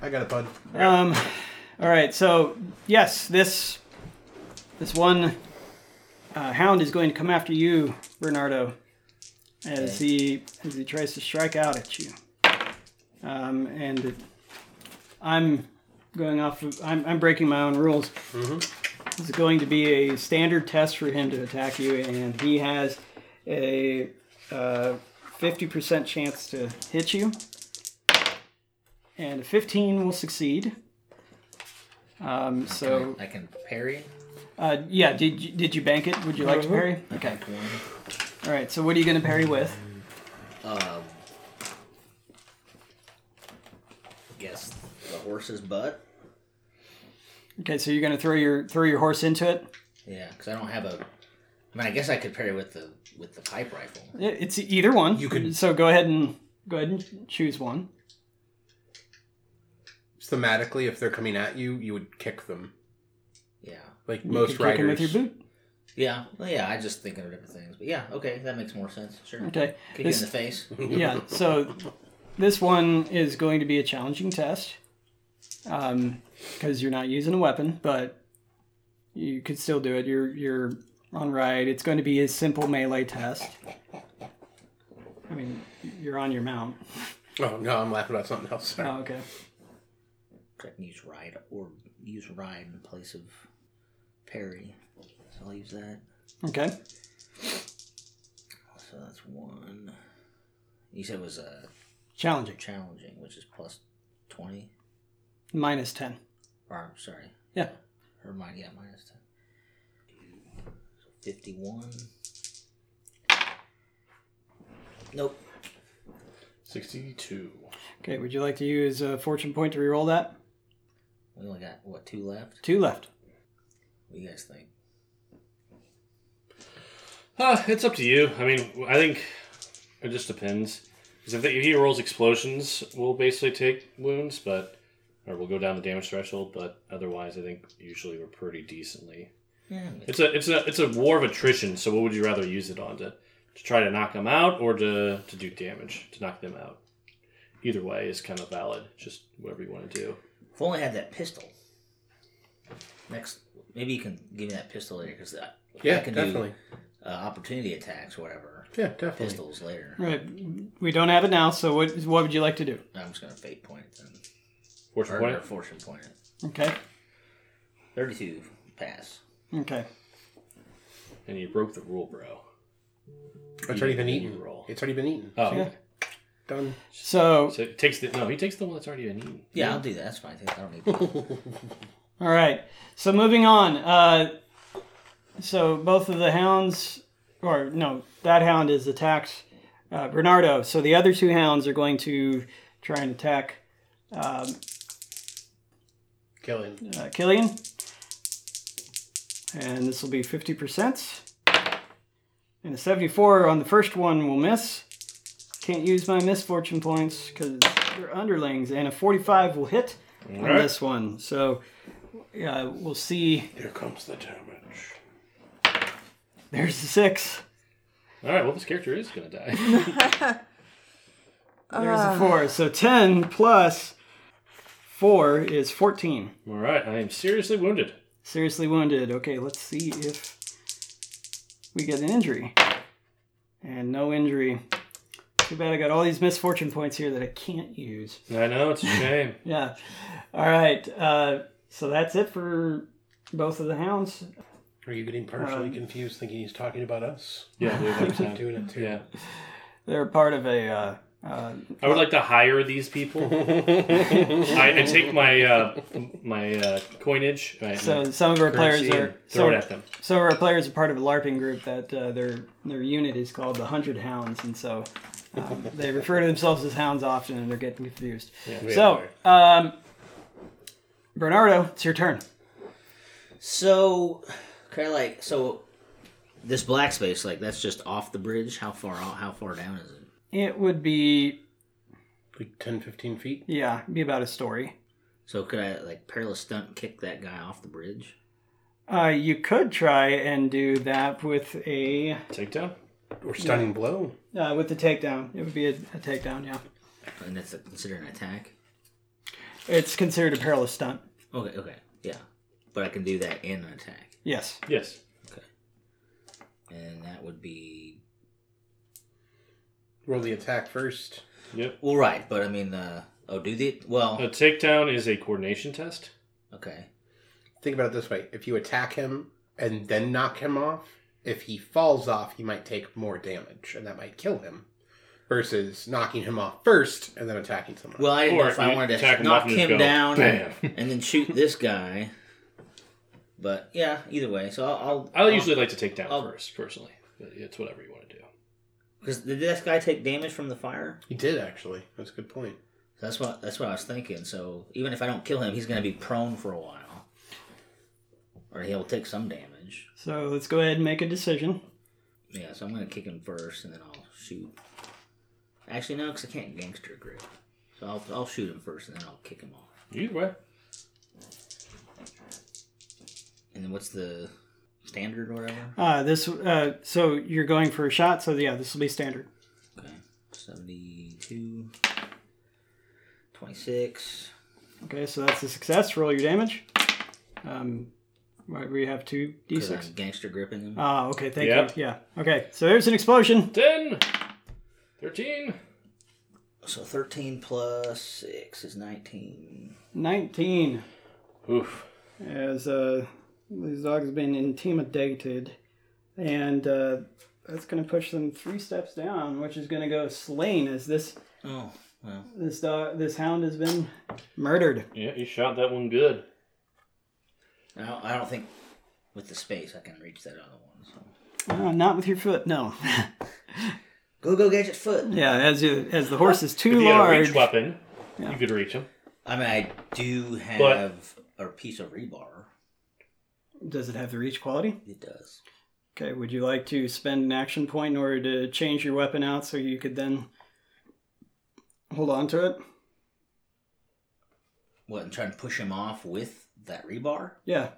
[SPEAKER 3] I got it, bud.
[SPEAKER 1] Um, all right. So yes, this this one uh, hound is going to come after you, Bernardo, as he as he tries to strike out at you. Um, and it, I'm going off. Of, I'm I'm breaking my own rules. It's going to be a standard test for him to attack you, and he has a uh, fifty percent chance to hit you. And a 15 will succeed. Um, so,
[SPEAKER 2] I can parry.
[SPEAKER 1] uh, yeah, did you, did you bank it? Would you like to parry?
[SPEAKER 2] Okay.
[SPEAKER 1] All right, so what are you going to parry with?
[SPEAKER 2] Um, guess the horse's butt.
[SPEAKER 1] Okay, so you're going to throw your throw your horse into it.
[SPEAKER 2] Yeah, because I don't have a. I mean, I guess I could parry with the with the pipe rifle.
[SPEAKER 1] It- It's either one.
[SPEAKER 3] You can-
[SPEAKER 1] So go ahead and go ahead and choose one.
[SPEAKER 3] Thematically, if they're coming at you, you would kick them.
[SPEAKER 2] Yeah.
[SPEAKER 3] Like
[SPEAKER 1] You
[SPEAKER 3] most
[SPEAKER 1] could kick him
[SPEAKER 3] riders.
[SPEAKER 1] with your boot.
[SPEAKER 2] Yeah. Well, yeah. I just think of different things, but yeah. Okay, that makes more sense. Sure.
[SPEAKER 1] Okay.
[SPEAKER 2] Kick
[SPEAKER 1] This-
[SPEAKER 2] you in the face.
[SPEAKER 1] yeah. So this one is going to be a challenging test um, because you're not using a weapon, but you could still do it. Your your on ride. It's going to be a simple melee test. I mean, you're on your mount.
[SPEAKER 3] Oh no, I'm laughing about something else. Sorry.
[SPEAKER 1] Oh, okay.
[SPEAKER 2] I can use ride or use ride in place of parry. So I'll use that.
[SPEAKER 1] Okay.
[SPEAKER 2] So that's one. You said it was uh,
[SPEAKER 1] Challenging.
[SPEAKER 2] challenging, which is plus 20.
[SPEAKER 1] Minus 10.
[SPEAKER 2] Or, sorry.
[SPEAKER 1] Yeah.
[SPEAKER 2] Or mine, yeah, minus 10. 51. Nope.
[SPEAKER 5] 62.
[SPEAKER 1] Okay, would you like to use a fortune point to reroll that?
[SPEAKER 2] We only got, what, two left?
[SPEAKER 1] Two left.
[SPEAKER 2] What do you guys think?
[SPEAKER 5] Uh, it's up to you. I mean, I think it just depends. Because if, if he rolls explosions, we'll basically take wounds, but or we'll go down the damage threshold. But otherwise, I think usually we're pretty decently.
[SPEAKER 2] Yeah.
[SPEAKER 5] It's a it's a it's a war of attrition. So what would you rather use it on to, to try to knock them out or to to do damage to knock them out? Either way is kind of valid. Just whatever you want to do.
[SPEAKER 2] If only I had that pistol. Next, maybe you can give me that pistol later because I,
[SPEAKER 3] Yeah,
[SPEAKER 2] I can
[SPEAKER 3] definitely.
[SPEAKER 2] do uh, opportunity attacks, whatever.
[SPEAKER 3] Yeah, definitely.
[SPEAKER 2] Pistols later.
[SPEAKER 1] Right. We don't have it now, so what, what would you like to do?
[SPEAKER 2] I'm just gonna fate point it then.
[SPEAKER 5] Fortune
[SPEAKER 2] Or,
[SPEAKER 5] point.
[SPEAKER 2] or fortune point it.
[SPEAKER 1] Okay.
[SPEAKER 2] Thirty-two pass.
[SPEAKER 1] Okay.
[SPEAKER 5] And you broke the rule, bro.
[SPEAKER 3] It's already been
[SPEAKER 5] You
[SPEAKER 3] eaten.
[SPEAKER 5] roll.
[SPEAKER 3] It's already been eaten.
[SPEAKER 5] Oh,
[SPEAKER 1] Yeah.
[SPEAKER 3] Done.
[SPEAKER 1] So,
[SPEAKER 5] so it takes the no. He takes the one that's already been eaten.
[SPEAKER 2] Yeah, I'll do that. That's fine. I don't need.
[SPEAKER 1] all right. So moving on. Uh, so both of the hounds, or no, that hound is attacked uh, Bernardo. So the other two hounds are going to try and attack
[SPEAKER 3] Killing.
[SPEAKER 1] uh, Killian. And this will be 50%. And a 74 on the first one will miss. Can't use my misfortune points because they're underlings. And a 45 will hit on
[SPEAKER 5] Alright.
[SPEAKER 1] this one. So uh, we'll see.
[SPEAKER 3] Here comes the damage.
[SPEAKER 1] There's the six.
[SPEAKER 5] All right. Well, this character is gonna die.
[SPEAKER 1] There's the four. So 10 plus four is 14.
[SPEAKER 5] All right. I am seriously wounded.
[SPEAKER 1] Seriously wounded. Okay, let's see if we get an injury. And no injury. Too bad I got all these misfortune points here that I can't use.
[SPEAKER 5] I know it's a shame.
[SPEAKER 1] Yeah. All right. Uh, so that's it for both of the hounds.
[SPEAKER 3] Are you getting partially confused, thinking he's talking about us?
[SPEAKER 5] Um, yeah. we have time.
[SPEAKER 3] Doing it too.
[SPEAKER 5] Yeah.
[SPEAKER 1] They're part of a. Uh, uh,
[SPEAKER 5] I would like to hire these people. I, I take my uh, my uh, coinage. I,
[SPEAKER 1] so some of our players are.
[SPEAKER 5] throw
[SPEAKER 1] Some,
[SPEAKER 5] it at them.
[SPEAKER 1] some of our players are part of a LARPing group that uh, their their unit is called the Hundred Hounds, and so um, they refer to themselves as hounds often, and they're getting confused. So, um, Bernardo, it's your turn.
[SPEAKER 2] So, kind of like so, this black space like that's just off the bridge. How far out? How far down is it?
[SPEAKER 1] It would be,
[SPEAKER 3] Like 10, 15 feet.
[SPEAKER 1] yeah, it'd be about a story.
[SPEAKER 2] So could I like perilous stunt kick that guy off the bridge?
[SPEAKER 1] Uh, you could try and do that with a
[SPEAKER 5] Takedown.
[SPEAKER 3] Or stunning blow.
[SPEAKER 1] uh, with the takedown. It would be a, a takedown. Yeah,
[SPEAKER 2] And that's a, considered an attack.
[SPEAKER 1] it's considered a perilous stunt.
[SPEAKER 2] Okay. Okay. Yeah. But I can do that in an attack,
[SPEAKER 1] Yes.
[SPEAKER 5] Yes.
[SPEAKER 2] and that would be
[SPEAKER 3] Roll the attack first.
[SPEAKER 5] Yep.
[SPEAKER 2] well, right. But I mean, uh, oh, do the well.
[SPEAKER 5] A takedown is a coordination test.
[SPEAKER 2] Okay.
[SPEAKER 3] Think about it this way: if you attack him and then knock him off, if he falls off, he might take more damage, and that might kill him. Versus knocking him off first and then attacking someone.
[SPEAKER 2] Well, I didn't know
[SPEAKER 5] Or
[SPEAKER 2] if I
[SPEAKER 5] you
[SPEAKER 2] wanted
[SPEAKER 5] attack
[SPEAKER 2] to
[SPEAKER 5] him off
[SPEAKER 2] knock
[SPEAKER 5] and just
[SPEAKER 2] him
[SPEAKER 5] go,
[SPEAKER 2] down
[SPEAKER 5] bam.
[SPEAKER 2] and then shoot this guy. But yeah, either way. So I'll.
[SPEAKER 5] I usually like to take down
[SPEAKER 2] I'll-
[SPEAKER 5] first, personally. But It's whatever you want to do.
[SPEAKER 2] because did this guy take damage from the fire?
[SPEAKER 3] he did actually. That's a good point.
[SPEAKER 2] That's what that's what I was thinking. So even if I don't kill him, he's gonna be prone for a while, or he'll take some damage.
[SPEAKER 1] So let's go ahead and make a decision.
[SPEAKER 2] Yeah, so I'm gonna kick him first, and then I'll shoot. Actually, no, because I can't gangster grip. So I'll I'll shoot him first, and then I'll kick him off.
[SPEAKER 5] Either way.
[SPEAKER 2] And then what's the standard or whatever?
[SPEAKER 1] Uh, this. Uh, so you're going for a shot. So yeah, this will be standard.
[SPEAKER 2] Okay, 72, 26.
[SPEAKER 1] Okay, so that's a success. Roll your damage. Um, Right, we have two
[SPEAKER 2] Because
[SPEAKER 1] d6.
[SPEAKER 2] I'm gangster gripping them.
[SPEAKER 1] Ah, okay, thank
[SPEAKER 5] Yep.
[SPEAKER 1] you. Yeah. Okay, so there's an explosion.
[SPEAKER 5] 10, 13.
[SPEAKER 2] So 13 plus 6 is 19.
[SPEAKER 1] 19.
[SPEAKER 5] Oof.
[SPEAKER 1] As uh, these dogs have been intimidated, and uh, that's going to push them three steps down, which is going to go slain as this
[SPEAKER 2] Oh, well.
[SPEAKER 1] this dog this hound has been murdered.
[SPEAKER 5] Yeah, you shot that one good.
[SPEAKER 2] I don't, I don't think with the space I can reach that other one. So.
[SPEAKER 1] Uh, not with your foot, no.
[SPEAKER 2] Go, go, gadget foot.
[SPEAKER 1] yeah, as you, as the horse is too
[SPEAKER 5] If you had a
[SPEAKER 1] large.
[SPEAKER 5] reach weapon, you could reach him.
[SPEAKER 2] I mean, I do have a piece of rebar.
[SPEAKER 1] Does it have the reach quality?
[SPEAKER 2] It does.
[SPEAKER 1] Okay, would you like to spend an action point in order to change your weapon out so you could then hold on to it?
[SPEAKER 2] What, and try and push him off with that rebar?
[SPEAKER 1] Yeah,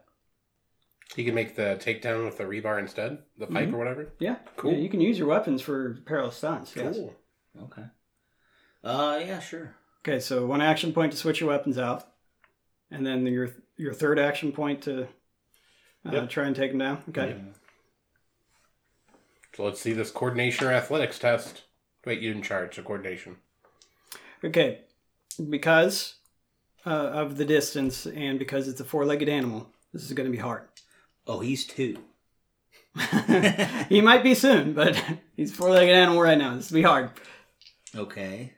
[SPEAKER 3] You can make the takedown with the rebar instead, the pipe or whatever.
[SPEAKER 1] yeah.
[SPEAKER 3] Cool.
[SPEAKER 1] Yeah, you can use your weapons for parallel stunts. Yes.
[SPEAKER 3] Cool.
[SPEAKER 2] Okay. Uh, yeah, sure.
[SPEAKER 1] Okay, so one action point to switch your weapons out, and then your your third action point to uh,
[SPEAKER 5] Yep.
[SPEAKER 1] try and take him down. Okay.
[SPEAKER 3] So let's see this coordination or athletics test. Wait, you didn't charge, so coordination.
[SPEAKER 1] Okay, because uh, of the distance and because it's a four-legged animal, this is going to be hard.
[SPEAKER 2] Oh, he's two.
[SPEAKER 1] he might be soon, but he's a four-legged animal right now. This will be hard.
[SPEAKER 2] Okay.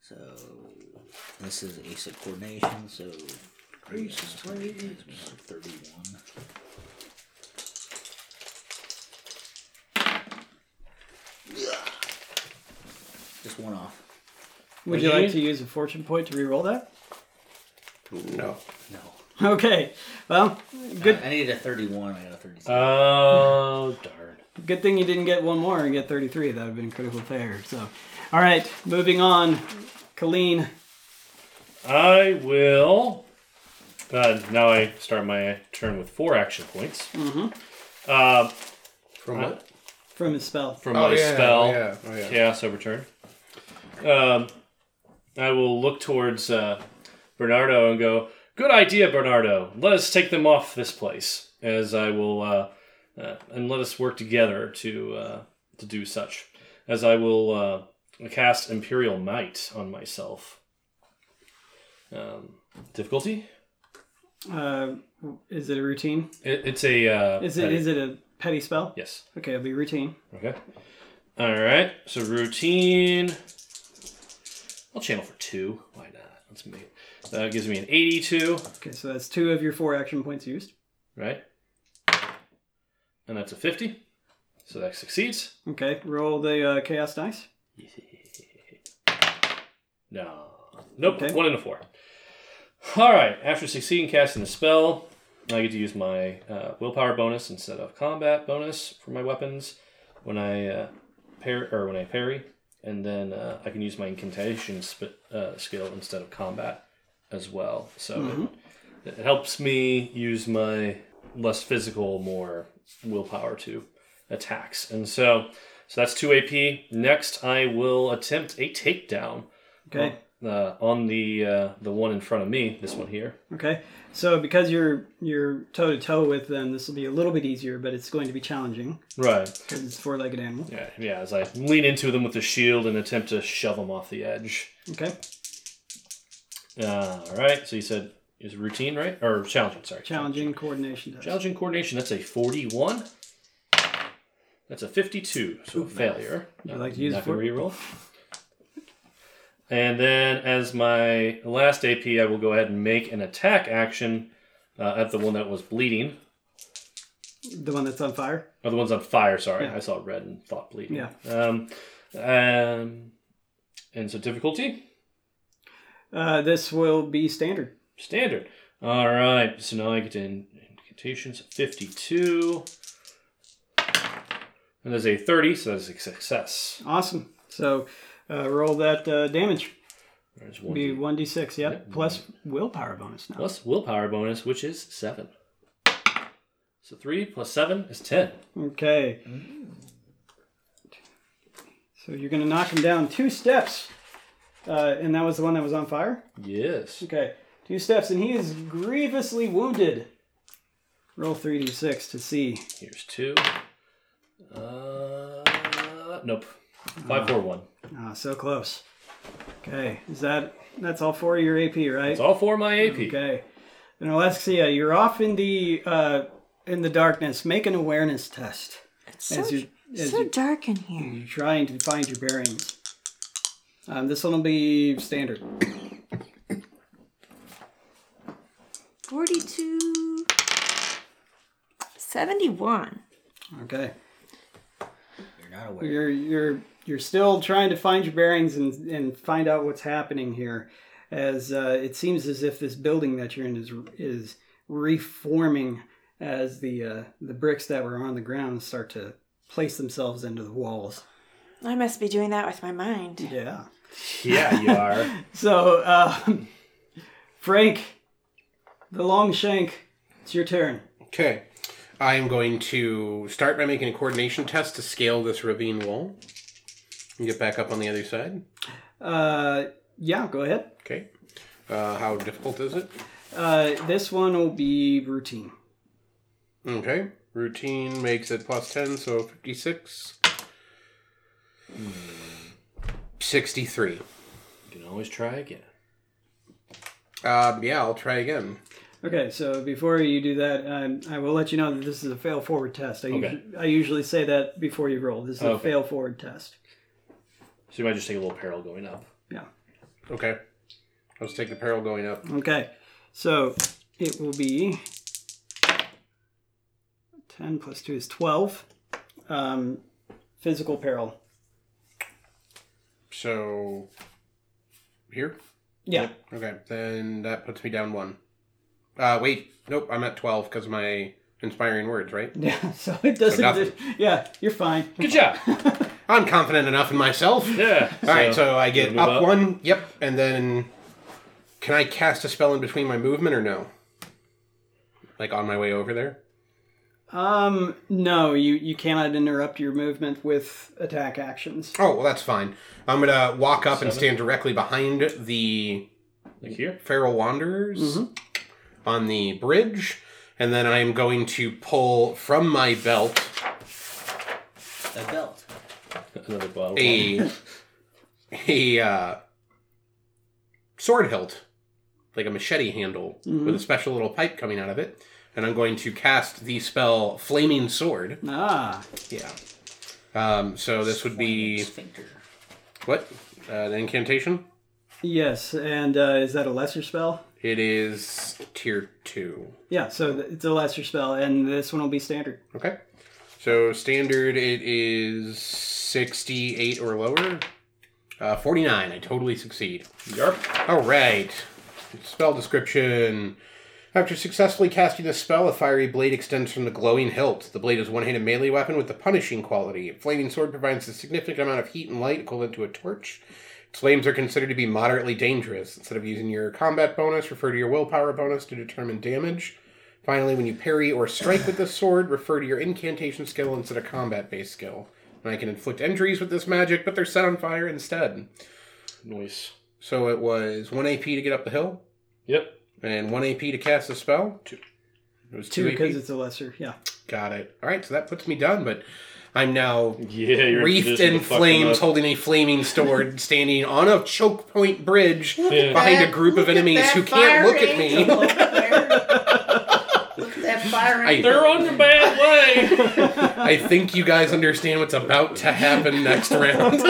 [SPEAKER 2] So this is ace of coordination. So thirty-one. Just one off.
[SPEAKER 1] Would you like to use a fortune point to re-roll that?
[SPEAKER 3] No.
[SPEAKER 2] No.
[SPEAKER 1] Okay. Well,
[SPEAKER 2] Good.
[SPEAKER 1] good.
[SPEAKER 2] Uh, I needed a thirty-one. I got a thirty-six.
[SPEAKER 5] Uh, Oh, darn.
[SPEAKER 1] Good thing you didn't get one more and get 33. That would have been critical failure. So, all right, moving on. Colleen,
[SPEAKER 5] I will. Uh, now I start my turn with four action points. Mm-hmm. Uh,
[SPEAKER 3] From what?
[SPEAKER 1] from his spell.
[SPEAKER 5] from my spell,
[SPEAKER 3] Oh, yeah. Oh, yeah.
[SPEAKER 5] Chaos Overturn. Um, I will look towards uh, Bernardo and go, Good idea, Bernardo. Let us take them off this place, as I will, uh, uh, and let us work together to uh, to do such, as I will uh, cast Imperial Might on myself. Um, difficulty?
[SPEAKER 1] Uh, is it a routine?
[SPEAKER 5] It, it's a. Uh,
[SPEAKER 1] Is it
[SPEAKER 5] petty-
[SPEAKER 1] is it a petty spell?
[SPEAKER 5] Yes.
[SPEAKER 1] Okay, it'll be routine.
[SPEAKER 5] Okay. All right. So routine. I'll channel for two. Why not? Let's make. That gives me an 82,
[SPEAKER 1] Okay, so that's two of your four action points used.
[SPEAKER 5] right? And that's a 50. So that succeeds.
[SPEAKER 1] Okay, roll the uh, chaos dice.
[SPEAKER 5] No. Nope.
[SPEAKER 1] Okay.
[SPEAKER 5] One and a four. All right. After succeeding casting the spell, I get to use my uh, willpower bonus instead of combat bonus for my weapons when I uh, parry or when I parry, and then uh, I can use my incantation sp- uh, skill instead of combat as well. So it, it helps me use my less physical, more willpower to attacks, and so. So that's 2 AP. Next, I will attempt a takedown
[SPEAKER 1] Okay,
[SPEAKER 5] uh, on the uh, the one in front of me, this one here.
[SPEAKER 1] okay. So because you're you're toe to toe with them, this will be a little bit easier, but it's going to be challenging
[SPEAKER 5] Right.
[SPEAKER 1] because it's a four-legged animal.
[SPEAKER 5] Yeah, yeah, as I lean into them with the shield and attempt to shove them off the edge.
[SPEAKER 1] Okay,
[SPEAKER 5] Uh, all right, so you said is routine, right? Or challenging, sorry.
[SPEAKER 1] challenging coordination test.
[SPEAKER 5] Challenging coordination, that's a 41. That's a 52, so a failure.
[SPEAKER 1] Would you like to use
[SPEAKER 5] Not
[SPEAKER 1] the
[SPEAKER 5] gonna reroll. And then as my last AP, I will go ahead and make an attack action uh, at the one that was bleeding.
[SPEAKER 1] The one that's on fire.
[SPEAKER 5] Oh, the one's on fire. Sorry,
[SPEAKER 1] Yeah.
[SPEAKER 5] I saw red and thought bleeding.
[SPEAKER 1] Yeah.
[SPEAKER 5] Um, um, and so difficulty
[SPEAKER 1] Uh, this will be standard.
[SPEAKER 5] standard. All right. So now I get to in- incantations fifty-two, and there's a thirty, so that's a success.
[SPEAKER 1] Awesome. So uh, roll that uh, damage.
[SPEAKER 5] There's one
[SPEAKER 1] be
[SPEAKER 5] D-
[SPEAKER 1] one d six. Yep. Plus willpower bonus now.
[SPEAKER 5] plus willpower bonus, which is seven. So three plus seven is ten.
[SPEAKER 1] Okay. So you're gonna knock him down two steps, uh, and that was the one that was on fire.
[SPEAKER 5] Yes.
[SPEAKER 1] Okay, two steps, and he is grievously wounded. Roll 3d6 to see.
[SPEAKER 5] Here's two. Uh, nope. Five, four, one.
[SPEAKER 1] Ah, so close. Okay, is that that's all four of your AP, right?
[SPEAKER 5] It's all for my AP.
[SPEAKER 1] Okay. And Alexia, uh, you're off in the uh, in the darkness. Make an awareness test
[SPEAKER 4] It's so,
[SPEAKER 1] as you as
[SPEAKER 4] so
[SPEAKER 1] you,
[SPEAKER 4] dark in here.
[SPEAKER 1] you're trying to find your bearings. Um, this one will be standard.
[SPEAKER 4] 42. 71.
[SPEAKER 1] Okay.
[SPEAKER 2] You're not aware.
[SPEAKER 1] You're you're you're still trying to find your bearings and and find out what's happening here, as uh, it seems as if this building that you're in is is reforming as the uh, the bricks that were on the ground start to place themselves into the walls.
[SPEAKER 4] I must be doing that with my mind.
[SPEAKER 1] Yeah.
[SPEAKER 5] Yeah, you are.
[SPEAKER 1] So, um, Frank, the long shank, it's your turn.
[SPEAKER 3] Okay. I am going to start by making a coordination test to scale this ravine wall and get back up on the other side.
[SPEAKER 1] Uh, yeah, go ahead.
[SPEAKER 3] Okay. Uh, how difficult is it?
[SPEAKER 1] Uh, this one will be routine.
[SPEAKER 3] Okay. Routine makes it plus 10, so 56. 63.
[SPEAKER 5] You can always try again.
[SPEAKER 3] Uh, yeah, I'll try again.
[SPEAKER 1] Okay, so before you do that, um, I will let you know that this is a fail forward test. I,
[SPEAKER 5] Okay.
[SPEAKER 1] usu- I usually say that before you roll. This is a
[SPEAKER 5] Okay.
[SPEAKER 1] fail forward test.
[SPEAKER 5] So you might just take a little peril going up.
[SPEAKER 1] Yeah.
[SPEAKER 3] Okay. Let's take the peril going up.
[SPEAKER 1] Okay, so it will be 10 plus 2 is 12. Um, physical peril.
[SPEAKER 3] So here?
[SPEAKER 1] Yeah.
[SPEAKER 3] Okay. Then that puts me down one. Uh wait, nope, I'm at twelve because my inspiring words, right?
[SPEAKER 1] Yeah, so it doesn't.
[SPEAKER 3] nothing.
[SPEAKER 1] yeah, you're fine.
[SPEAKER 5] Good job.
[SPEAKER 3] I'm confident enough in myself.
[SPEAKER 5] Yeah.
[SPEAKER 3] All right, so I get
[SPEAKER 5] move
[SPEAKER 3] up,
[SPEAKER 5] up?
[SPEAKER 3] one, yep, and then can I cast a spell in between my movement or no? Like on my way over there?
[SPEAKER 1] Um, no, you you cannot interrupt your movement with attack actions.
[SPEAKER 3] Oh well that's fine. I'm gonna walk up and stand directly behind the
[SPEAKER 5] like here.
[SPEAKER 3] Feral Wanderers
[SPEAKER 5] Mm-hmm.
[SPEAKER 3] on the bridge, and then I'm going to pull from my belt
[SPEAKER 2] A belt.
[SPEAKER 5] Another bottle.
[SPEAKER 3] a a uh, sword hilt, like a machete handle with a special little pipe coming out of it, and I'm going to cast the spell Flaming Sword.
[SPEAKER 1] Ah,
[SPEAKER 3] Yeah. Um, so this would be
[SPEAKER 2] sphincter.
[SPEAKER 3] what uh, an incantation.
[SPEAKER 1] yes, and uh, is that a lesser spell?
[SPEAKER 3] It is tier two.
[SPEAKER 1] Yeah, so th- it's a lesser spell, and this one will be standard.
[SPEAKER 3] Okay. So standard, it is 68 or lower. Uh, 49. I totally succeed.
[SPEAKER 5] Yarp.
[SPEAKER 3] All right. Spell description. After successfully casting this spell, a fiery blade extends from the glowing hilt. The blade is one handed melee weapon with the punishing quality. A flaming sword provides a significant amount of heat and light equivalent to a torch. Its flames are considered to be moderately dangerous. Instead of using your combat bonus, refer to your willpower bonus to determine damage. Finally, when you parry or strike with this sword, refer to your incantation skill instead of combat based skill. And I can inflict injuries with this magic, but they're set on fire instead.
[SPEAKER 5] Noise.
[SPEAKER 3] So it was one AP to get up the hill
[SPEAKER 5] Yep.
[SPEAKER 3] and one AP to cast a spell. Two. It was
[SPEAKER 1] Two
[SPEAKER 3] two,
[SPEAKER 1] because
[SPEAKER 3] AP.
[SPEAKER 1] it's a lesser. Yeah.
[SPEAKER 3] Got it. All right, so that puts me done, but I'm now
[SPEAKER 5] Yeah, you're
[SPEAKER 3] wreathed in flames, holding a flaming sword, standing on a choke point bridge
[SPEAKER 5] Yeah.
[SPEAKER 3] behind a group of enemies who can't look at me.
[SPEAKER 2] Look at that fire
[SPEAKER 5] They're on the bad way.
[SPEAKER 3] I think you guys understand what's about to happen next round.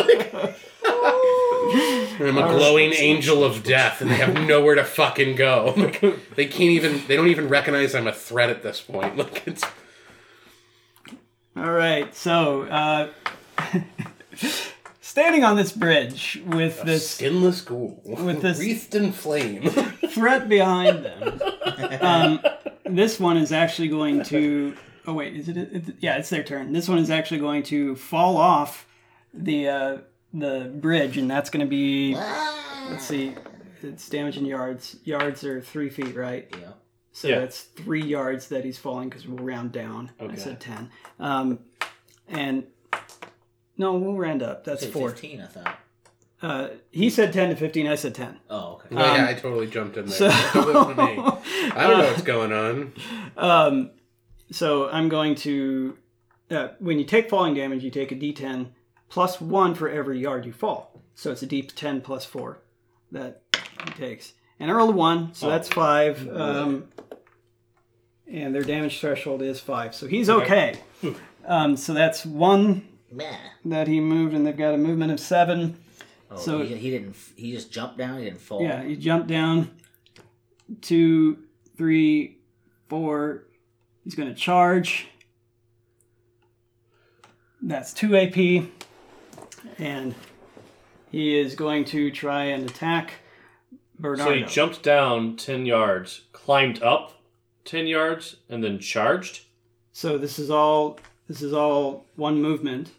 [SPEAKER 3] I'm a glowing angel of death, and they have nowhere to fucking go. they can't even. They don't even recognize I'm a threat at this point. Like it's
[SPEAKER 1] All right, so uh, standing on this bridge with this
[SPEAKER 3] skinless ghoul with
[SPEAKER 1] this-
[SPEAKER 3] wreathed in flame.
[SPEAKER 1] threat behind them, um, this one is actually going to. Oh wait, is it, it? Yeah, it's their turn. This one is actually going to fall off the uh, the bridge, and that's going to be Let's see. It's damage in yards. Yards are three feet, right?
[SPEAKER 2] Yeah.
[SPEAKER 1] So
[SPEAKER 5] Yeah.
[SPEAKER 1] that's three yards that he's falling because we'll round down. I
[SPEAKER 5] Okay.
[SPEAKER 1] said ten. Um, and no, we'll round up. That's
[SPEAKER 2] Say
[SPEAKER 1] four.
[SPEAKER 2] 15, I thought.
[SPEAKER 1] Uh, he said ten to fifteen. I said ten.
[SPEAKER 2] Oh, okay.
[SPEAKER 3] Oh, yeah, I totally jumped in there.
[SPEAKER 1] so-
[SPEAKER 3] That wasn't me. I don't know what's going on.
[SPEAKER 1] Um, So I'm going to. Uh, when you take falling damage, you take a d10 plus one for every yard you fall. So it's a d10 plus four that he takes. And I rolled a one, so that's five. Um, and their damage threshold is five, so he's okay. Um, so that's one
[SPEAKER 2] Meh.
[SPEAKER 1] that he moved, and they've got a movement of seven.
[SPEAKER 2] Oh,
[SPEAKER 1] So-
[SPEAKER 2] he, he didn't. f- He just jumped down. He didn't fall.
[SPEAKER 1] Yeah, you jump down. Two, three, four. He's going to charge. That's two AP. And he is going to try and attack
[SPEAKER 5] So he
[SPEAKER 1] Bernardo.
[SPEAKER 5] jumped down 10 yards, climbed up 10 yards, and then charged.
[SPEAKER 1] So this is all this is all one movement,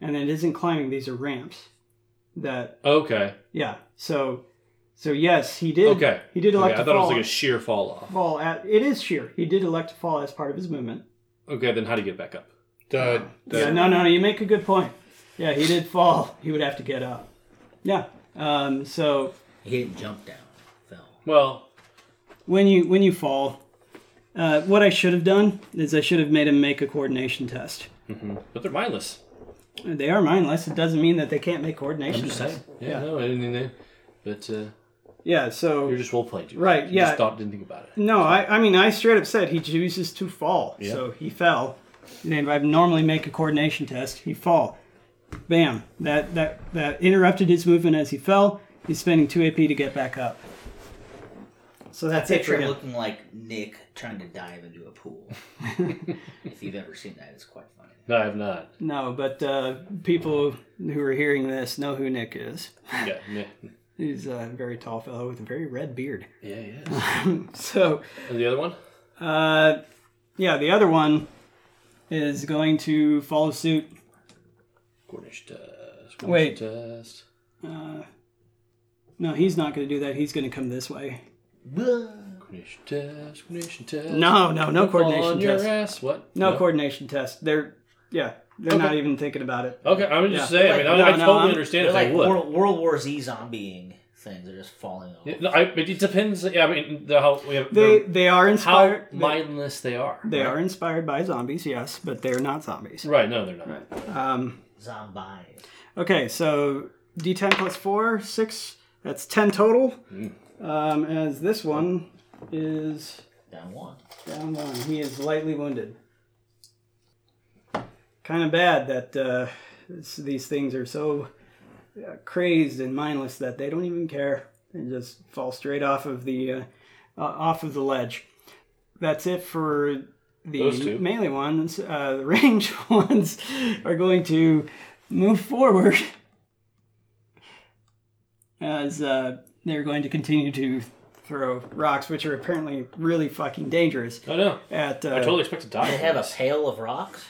[SPEAKER 1] and it isn't climbing. These are ramps. That
[SPEAKER 5] Okay.
[SPEAKER 1] yeah. So so yes, he did.
[SPEAKER 5] Okay.
[SPEAKER 1] He did
[SPEAKER 5] okay.
[SPEAKER 1] elect
[SPEAKER 5] I
[SPEAKER 1] to
[SPEAKER 5] thought
[SPEAKER 1] fall.
[SPEAKER 5] it was like a sheer fall off.
[SPEAKER 1] fall at, it is sheer. He did elect to fall as part of his movement.
[SPEAKER 5] Okay, then how do you get back up?
[SPEAKER 2] Oh
[SPEAKER 3] The, the
[SPEAKER 1] Yeah, no, no, you make a good point. Yeah, he did fall. He would have to get up. Yeah. Um, so
[SPEAKER 2] He didn't jump down. Fell.
[SPEAKER 5] Well,
[SPEAKER 1] when you when you fall, uh, what I should have done is I should have made him make a coordination test.
[SPEAKER 5] but they're mindless.
[SPEAKER 1] They are mindless. It doesn't mean that they can't make coordination tests.
[SPEAKER 5] Yeah, no, I didn't there. But uh,
[SPEAKER 1] Yeah. So
[SPEAKER 5] you're just role playing.
[SPEAKER 1] Right,
[SPEAKER 5] You
[SPEAKER 1] yeah.
[SPEAKER 5] Just stopped, didn't think about it.
[SPEAKER 1] No, I, I mean, I straight up said he chooses to fall. So he fell. And I normally make a coordination test. He fall. Bam. That, that, that interrupted his movement as he fell. He's spending 2 AP to get back up. So that's it
[SPEAKER 2] Picture
[SPEAKER 1] for
[SPEAKER 2] him
[SPEAKER 1] him.
[SPEAKER 2] looking like Nick trying to dive into a pool. if you've ever seen that, it's quite funny.
[SPEAKER 5] No, I have not.
[SPEAKER 1] No, but uh, people who are hearing this know who Nick is.
[SPEAKER 5] Yeah, yeah,
[SPEAKER 1] He's a very tall fellow with a very red beard.
[SPEAKER 5] yeah. yeah.
[SPEAKER 1] So,
[SPEAKER 5] And the other one?
[SPEAKER 1] uh, yeah, the other one is going to follow suit.
[SPEAKER 5] Coordination test. Coordination
[SPEAKER 1] Wait.
[SPEAKER 5] Test.
[SPEAKER 1] No, he's not going to do that. He's going to come this way.
[SPEAKER 5] Coordination test. Coordination test.
[SPEAKER 1] No, no, no
[SPEAKER 5] Fall
[SPEAKER 1] coordination
[SPEAKER 5] on your
[SPEAKER 1] test.
[SPEAKER 5] ass. What?
[SPEAKER 1] No, coordination test. They're yeah, they're not even thinking about it.
[SPEAKER 5] Okay, I would just say. I mean, I,
[SPEAKER 1] No,
[SPEAKER 5] I
[SPEAKER 1] no,
[SPEAKER 5] totally
[SPEAKER 1] I'm-
[SPEAKER 5] understand
[SPEAKER 2] They're
[SPEAKER 5] if
[SPEAKER 2] like
[SPEAKER 5] they would.
[SPEAKER 2] World, World War Z zombieing things. They're just falling off.
[SPEAKER 5] Yeah, no, I, but it depends. Yeah, I mean, the, how we have,
[SPEAKER 1] They
[SPEAKER 5] the-
[SPEAKER 1] they are
[SPEAKER 5] how
[SPEAKER 1] inspired. they-
[SPEAKER 5] mindless they are.
[SPEAKER 1] they are inspired by zombies, yes, but they're not zombies.
[SPEAKER 5] Right? No, they're not.
[SPEAKER 1] Um,
[SPEAKER 2] Zombie.
[SPEAKER 1] okay, so D10 plus four, six. That's ten total. Um, as this one is
[SPEAKER 2] Down one.
[SPEAKER 1] down one. He is lightly wounded. Kind of bad that uh, this, these things are so uh, crazed and mindless that they don't even care and just fall straight off of the uh, uh, off of the ledge. That's it for
[SPEAKER 5] Those
[SPEAKER 1] the
[SPEAKER 5] two.
[SPEAKER 1] melee ones. Uh, the ranged ones are going to move forward as uh, they're going to continue to throw rocks, which are apparently really fucking dangerous
[SPEAKER 5] I know.
[SPEAKER 1] at uh,
[SPEAKER 5] I totally expect to die.
[SPEAKER 2] They have a pail of rocks.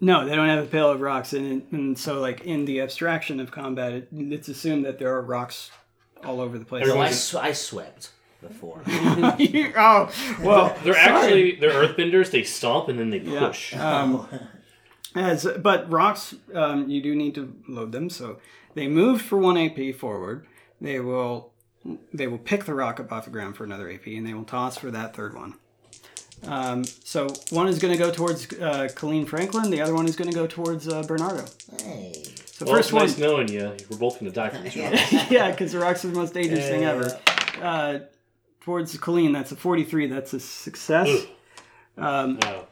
[SPEAKER 1] no they don't have a pail of rocks and, and so like in the abstraction of combat it, it's assumed that there are rocks all over the place
[SPEAKER 2] So I, sw- I swept before.
[SPEAKER 1] oh well
[SPEAKER 5] They're actually they're earthbenders. They stomp and then they
[SPEAKER 1] yeah.
[SPEAKER 5] push.
[SPEAKER 1] um, as but rocks um, you do need to load them so they move for one ap forward they will they will pick the rock up off the ground for another ap and they will toss for that third one um, so one is going to go towards uh, Colleen Franklin, the other one is going to go towards uh, Bernardo.
[SPEAKER 2] hey.
[SPEAKER 1] So
[SPEAKER 5] well,
[SPEAKER 1] first
[SPEAKER 5] it's
[SPEAKER 1] one,
[SPEAKER 5] nice knowing you. We're both gonna die from these rocks.
[SPEAKER 1] yeah, because the rocks are the most dangerous thing ever. Uh, towards Colleen, that's a 43. That's a success. Um,
[SPEAKER 5] No.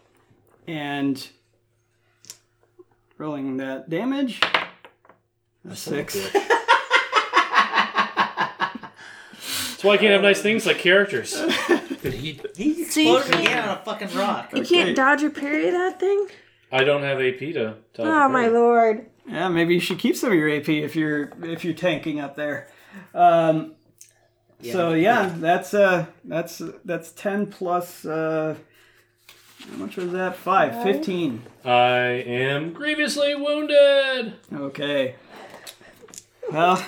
[SPEAKER 1] And rolling that damage. A six.
[SPEAKER 5] That's why I can't have nice things like characters.
[SPEAKER 2] He
[SPEAKER 4] So you
[SPEAKER 2] exploded again
[SPEAKER 4] can't-
[SPEAKER 2] on a fucking rock.
[SPEAKER 4] You can't dodge or parry that thing?
[SPEAKER 5] I don't have AP to. to
[SPEAKER 4] Oh my lord.
[SPEAKER 1] Yeah, maybe you should keep some of your AP if you're if you're tanking up there. Um, so yeah, that's uh that's that's ten plus uh how much was that? Five. Fifteen.
[SPEAKER 5] I am grievously wounded.
[SPEAKER 1] Okay. Well,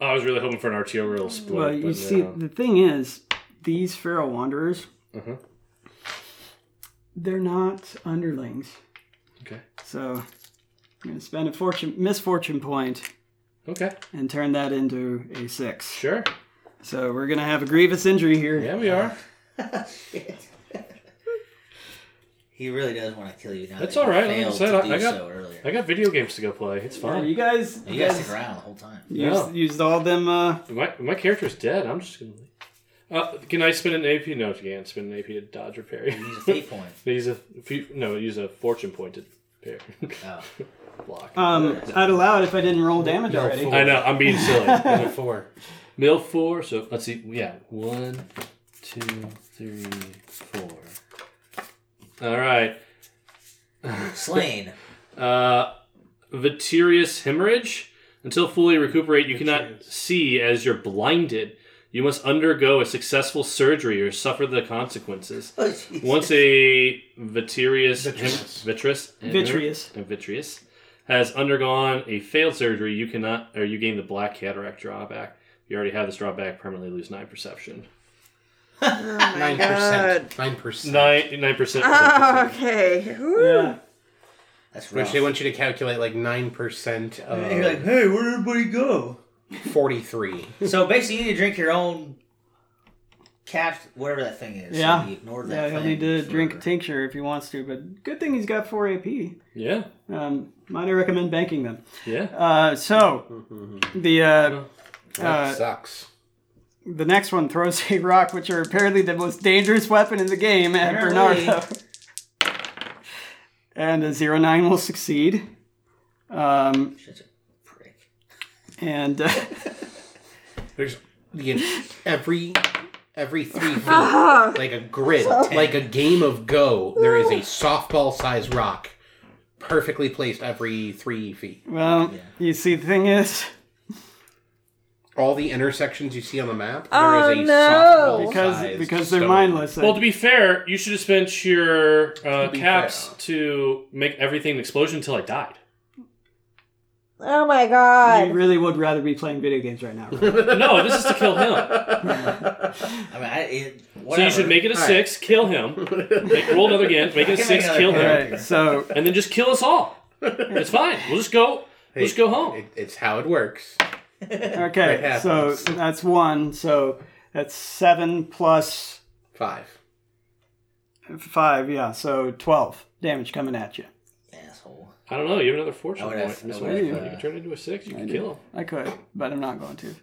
[SPEAKER 5] I was really hoping for an RTO real split.
[SPEAKER 1] Well, you
[SPEAKER 5] but
[SPEAKER 1] see,
[SPEAKER 5] no.
[SPEAKER 1] the thing is, these feral wanderers,
[SPEAKER 5] Mhm.
[SPEAKER 1] they're not underlings.
[SPEAKER 5] Okay.
[SPEAKER 1] So I'm going to spend a fortune misfortune point
[SPEAKER 5] Okay.
[SPEAKER 1] and turn that into a six.
[SPEAKER 5] Sure.
[SPEAKER 1] So we're gonna have a grievous injury here.
[SPEAKER 3] Yeah, we are.
[SPEAKER 2] He really does want to kill you now.
[SPEAKER 5] That's
[SPEAKER 2] that you
[SPEAKER 5] all right, like I
[SPEAKER 2] failed
[SPEAKER 5] said,
[SPEAKER 2] to
[SPEAKER 5] I-
[SPEAKER 2] do
[SPEAKER 5] I got-
[SPEAKER 2] so earlier.
[SPEAKER 5] I got video games to go play. It's
[SPEAKER 1] Yeah,
[SPEAKER 5] fine.
[SPEAKER 1] you guys,
[SPEAKER 2] you guys stick around the whole time.
[SPEAKER 1] used,
[SPEAKER 5] Yeah.
[SPEAKER 1] used all them. Uh,
[SPEAKER 5] My my character's dead. I'm just gonna. Uh, can I spend an AP? No, you can't spend an AP to dodge or parry.
[SPEAKER 2] He's a fate point.
[SPEAKER 5] use a few, no. Use a fortune point to parry
[SPEAKER 2] Oh.
[SPEAKER 5] block.
[SPEAKER 1] um, I'd allow it if I didn't roll damage
[SPEAKER 3] No,
[SPEAKER 1] already.
[SPEAKER 3] fool.
[SPEAKER 5] I know. I'm being silly.
[SPEAKER 3] Four.
[SPEAKER 5] Mill four. So let's see. Yeah, one, two, three, four. All right.
[SPEAKER 2] Slain.
[SPEAKER 5] Uh, vitreous hemorrhage. Until fully recuperate, you cannot see as you're blinded. You must undergo a successful surgery or suffer the consequences.
[SPEAKER 2] Oh, jeez.
[SPEAKER 5] Once a vitreous
[SPEAKER 3] Vitreous.
[SPEAKER 5] hem- vitreous
[SPEAKER 1] Vitreous.
[SPEAKER 5] a vitreous has undergone a failed surgery, you cannot or you gain the black cataract drawback. You already have this drawback. Permanently lose nine perception.
[SPEAKER 3] Nine percent. Nine percent.
[SPEAKER 5] Nine nine percent.
[SPEAKER 4] okay. Woo.
[SPEAKER 1] Yeah.
[SPEAKER 2] That's
[SPEAKER 3] Which
[SPEAKER 2] rough.
[SPEAKER 3] they want you to calculate like nine percent
[SPEAKER 2] And you're like,
[SPEAKER 3] of
[SPEAKER 2] hey, where did everybody go?
[SPEAKER 3] forty-three.
[SPEAKER 2] So basically, you need to drink your own cap, whatever that thing is.
[SPEAKER 1] Yeah.
[SPEAKER 2] So you ignore that.
[SPEAKER 1] Yeah, he'll
[SPEAKER 2] thing
[SPEAKER 1] need to
[SPEAKER 2] for-
[SPEAKER 1] drink a tincture if he wants to, but good thing he's got 4 AP.
[SPEAKER 5] Yeah,
[SPEAKER 1] Um, might I recommend banking them?
[SPEAKER 5] yeah.
[SPEAKER 1] Uh, so,
[SPEAKER 3] Mm-hmm.
[SPEAKER 1] the uh,
[SPEAKER 3] That sucks.
[SPEAKER 1] the next one throws a rock, which are apparently the most dangerous weapon in the game at
[SPEAKER 2] Apparently.
[SPEAKER 1] Bernardo. and a 0 9 will succeed. Um,
[SPEAKER 2] Shit's a prick.
[SPEAKER 1] and uh,
[SPEAKER 3] There's the every every three feet, like a grid, like a game of Go. There is a softball-sized rock, perfectly placed every three feet.
[SPEAKER 1] well, you see, the thing is,
[SPEAKER 3] All the intersections you see on the map,
[SPEAKER 4] Oh,
[SPEAKER 3] there is a
[SPEAKER 4] no.
[SPEAKER 3] softball
[SPEAKER 1] because because they're mindless.
[SPEAKER 5] Well, to be fair, you should have spent your uh,
[SPEAKER 3] be
[SPEAKER 5] caps
[SPEAKER 3] fair.
[SPEAKER 5] to make everything an explosion until I died.
[SPEAKER 4] Oh my
[SPEAKER 1] you
[SPEAKER 4] god.
[SPEAKER 1] really would rather be playing video games right now. Right?
[SPEAKER 5] No, this is to kill him.
[SPEAKER 2] I mean, I, it,
[SPEAKER 5] So
[SPEAKER 2] whatever.
[SPEAKER 5] you should make it a six, kill him, make, roll another again, make it a
[SPEAKER 2] can
[SPEAKER 5] six,
[SPEAKER 2] make
[SPEAKER 5] kill
[SPEAKER 2] another
[SPEAKER 5] him,
[SPEAKER 1] Alright, so
[SPEAKER 5] and then just kill us all. It's fine. We'll just go. We'll just go home.
[SPEAKER 3] It, it's how it works. It
[SPEAKER 1] okay, so
[SPEAKER 3] happens.
[SPEAKER 1] that's one. So that's seven plus
[SPEAKER 3] Five.
[SPEAKER 1] Five, yeah. So twelve damage coming at you.
[SPEAKER 2] Asshole.
[SPEAKER 5] I don't know. You have another fortune
[SPEAKER 2] I would
[SPEAKER 5] point.
[SPEAKER 2] have-
[SPEAKER 5] This
[SPEAKER 2] I
[SPEAKER 5] one,
[SPEAKER 2] would
[SPEAKER 5] you
[SPEAKER 2] have,
[SPEAKER 5] can
[SPEAKER 2] uh,
[SPEAKER 5] turn it into a six. You can kill him.
[SPEAKER 1] I could, but I'm not going to.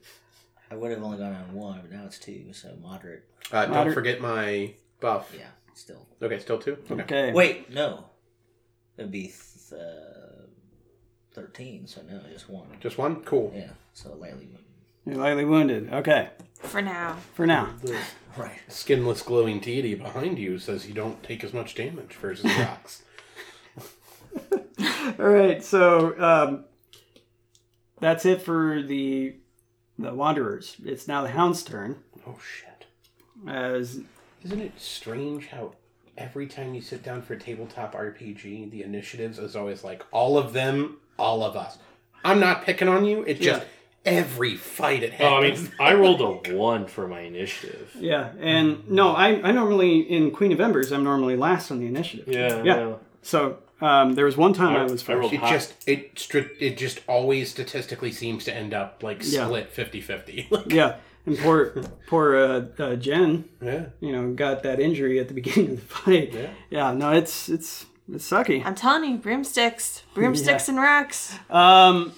[SPEAKER 2] I would have only gone on one, but now it's two, so moderate.
[SPEAKER 3] Uh, don't
[SPEAKER 1] Moderate-
[SPEAKER 3] forget my buff.
[SPEAKER 2] Yeah, still.
[SPEAKER 3] Okay, still two.
[SPEAKER 1] Okay.
[SPEAKER 2] Wait, no. It'd be th- uh, 13, so no, just one.
[SPEAKER 3] Just one. Cool.
[SPEAKER 2] Yeah, so lightly. wounded.
[SPEAKER 1] You're lightly wounded. Okay.
[SPEAKER 4] For now.
[SPEAKER 1] For now.
[SPEAKER 2] Right.
[SPEAKER 3] Skinless glowing deity behind you says you don't take as much damage versus rocks.
[SPEAKER 1] All right. So um, that's it for the the wanderers. It's now the hound's turn.
[SPEAKER 3] oh shit.
[SPEAKER 1] As
[SPEAKER 3] Isn't it strange how every time you sit down for a tabletop RPG, the initiatives is always like all of them, all of us. I'm not picking on you. It's just every fight it
[SPEAKER 5] Oh, I
[SPEAKER 3] happens.
[SPEAKER 5] mean, I rolled a one for my initiative.
[SPEAKER 1] yeah, and no, I I normally in Queen of Embers I'm normally last on the initiative.
[SPEAKER 5] Yeah.
[SPEAKER 1] Yeah.
[SPEAKER 5] no.
[SPEAKER 1] So um, there was one time I, was
[SPEAKER 5] I
[SPEAKER 1] first.
[SPEAKER 5] rolled
[SPEAKER 3] it
[SPEAKER 5] high.
[SPEAKER 3] just it stri- it just always statistically seems to end up like
[SPEAKER 1] Yeah.
[SPEAKER 3] split 50-50.
[SPEAKER 1] yeah, and poor poor uh, uh, Jen
[SPEAKER 3] yeah.
[SPEAKER 1] you know, got that injury at the beginning of the fight. Yeah, no, it's it's it's sucky.
[SPEAKER 4] I'm telling you, broomsticks. Broomsticks and rocks.
[SPEAKER 1] Um,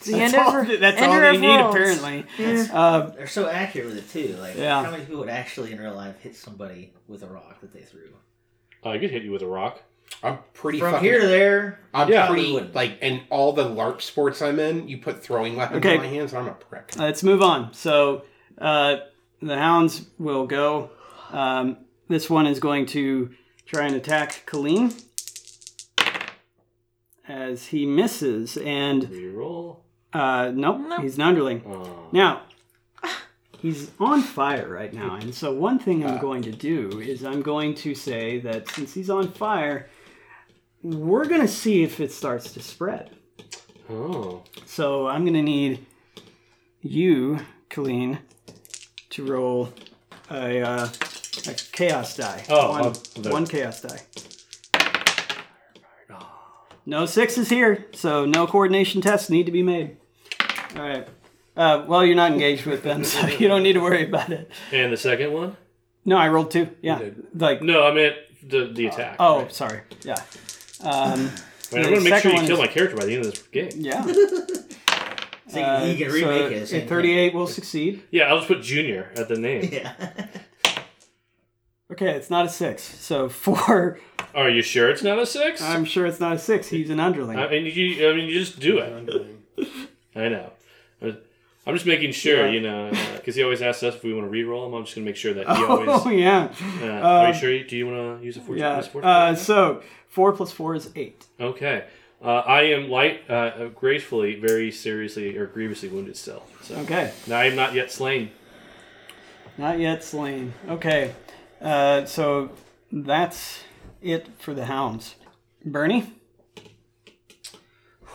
[SPEAKER 4] It's the end
[SPEAKER 1] all-
[SPEAKER 4] of
[SPEAKER 1] that's
[SPEAKER 4] end
[SPEAKER 1] all they
[SPEAKER 4] of
[SPEAKER 1] need
[SPEAKER 4] worlds.
[SPEAKER 1] apparently. Uh,
[SPEAKER 2] They're so accurate with it, too. Like,
[SPEAKER 1] Yeah.
[SPEAKER 2] how many people would actually in real life hit somebody with a rock that they threw?
[SPEAKER 5] I could hit you with a rock.
[SPEAKER 3] I'm pretty
[SPEAKER 2] From
[SPEAKER 3] fucking
[SPEAKER 2] here to there,
[SPEAKER 3] I'm
[SPEAKER 5] Yeah.
[SPEAKER 3] pretty
[SPEAKER 2] Probably wouldn't.
[SPEAKER 3] like in all the LARP sports I'm in, you put throwing weapons
[SPEAKER 1] Okay.
[SPEAKER 3] in my hands, I'm a prick.
[SPEAKER 1] Let's move on. So uh, the hounds will go. Um, this one is going to try and attack Colleen as he misses, and
[SPEAKER 5] Reroll.
[SPEAKER 1] uh, nope, he's an underling.
[SPEAKER 5] Uh,
[SPEAKER 1] Now, he's on fire right now, and so one thing I'm going to do is I'm going to say that since he's on fire, we're going to see if it starts to spread.
[SPEAKER 5] oh.
[SPEAKER 1] So I'm going to need you, Colleen, to roll a, uh, a chaos die.
[SPEAKER 5] Oh,
[SPEAKER 1] One-
[SPEAKER 5] uh, the-
[SPEAKER 1] one chaos die. No sixes here, so no coordination tests need to be made. All right. Uh, well, you're not engaged with them, so you don't need to worry about it.
[SPEAKER 5] And the second one?
[SPEAKER 1] No, I rolled two. Yeah, like
[SPEAKER 5] No, I meant the the attack.
[SPEAKER 1] oh, sorry. Yeah, um,
[SPEAKER 5] I mean,
[SPEAKER 1] the
[SPEAKER 5] I'm gonna make
[SPEAKER 1] second
[SPEAKER 5] sure you
[SPEAKER 1] one
[SPEAKER 5] kill
[SPEAKER 1] is-
[SPEAKER 5] my character by the end of this game.
[SPEAKER 1] yeah.
[SPEAKER 2] Thinking he can
[SPEAKER 1] Uh, So,
[SPEAKER 2] remake it.
[SPEAKER 1] a
[SPEAKER 2] same thing.
[SPEAKER 1] 38 will succeed.
[SPEAKER 5] Yeah, I'll just put Junior at the name.
[SPEAKER 2] Yeah.
[SPEAKER 1] Okay, it's not a six. So four.
[SPEAKER 5] Are you sure it's not a 6
[SPEAKER 1] I'm sure it's not a six. He's an underling.
[SPEAKER 5] I mean, you. I mean, you just do it. I know. I'm just making sure, you know, because he always asks us if we want to re-roll him. I'm just gonna make sure that he always.
[SPEAKER 1] oh yeah,
[SPEAKER 5] Uh, are you sure? you- Do you want to use a fortune?
[SPEAKER 1] yeah.
[SPEAKER 5] plus fortune?
[SPEAKER 1] Uh, so four plus four is eight.
[SPEAKER 5] okay. Uh, I am light, uh, gracefully, very seriously or grievously wounded still. So
[SPEAKER 1] Okay,
[SPEAKER 5] now I am not yet slain.
[SPEAKER 1] not yet slain. Okay, uh, so that's it for the hounds. Bernie,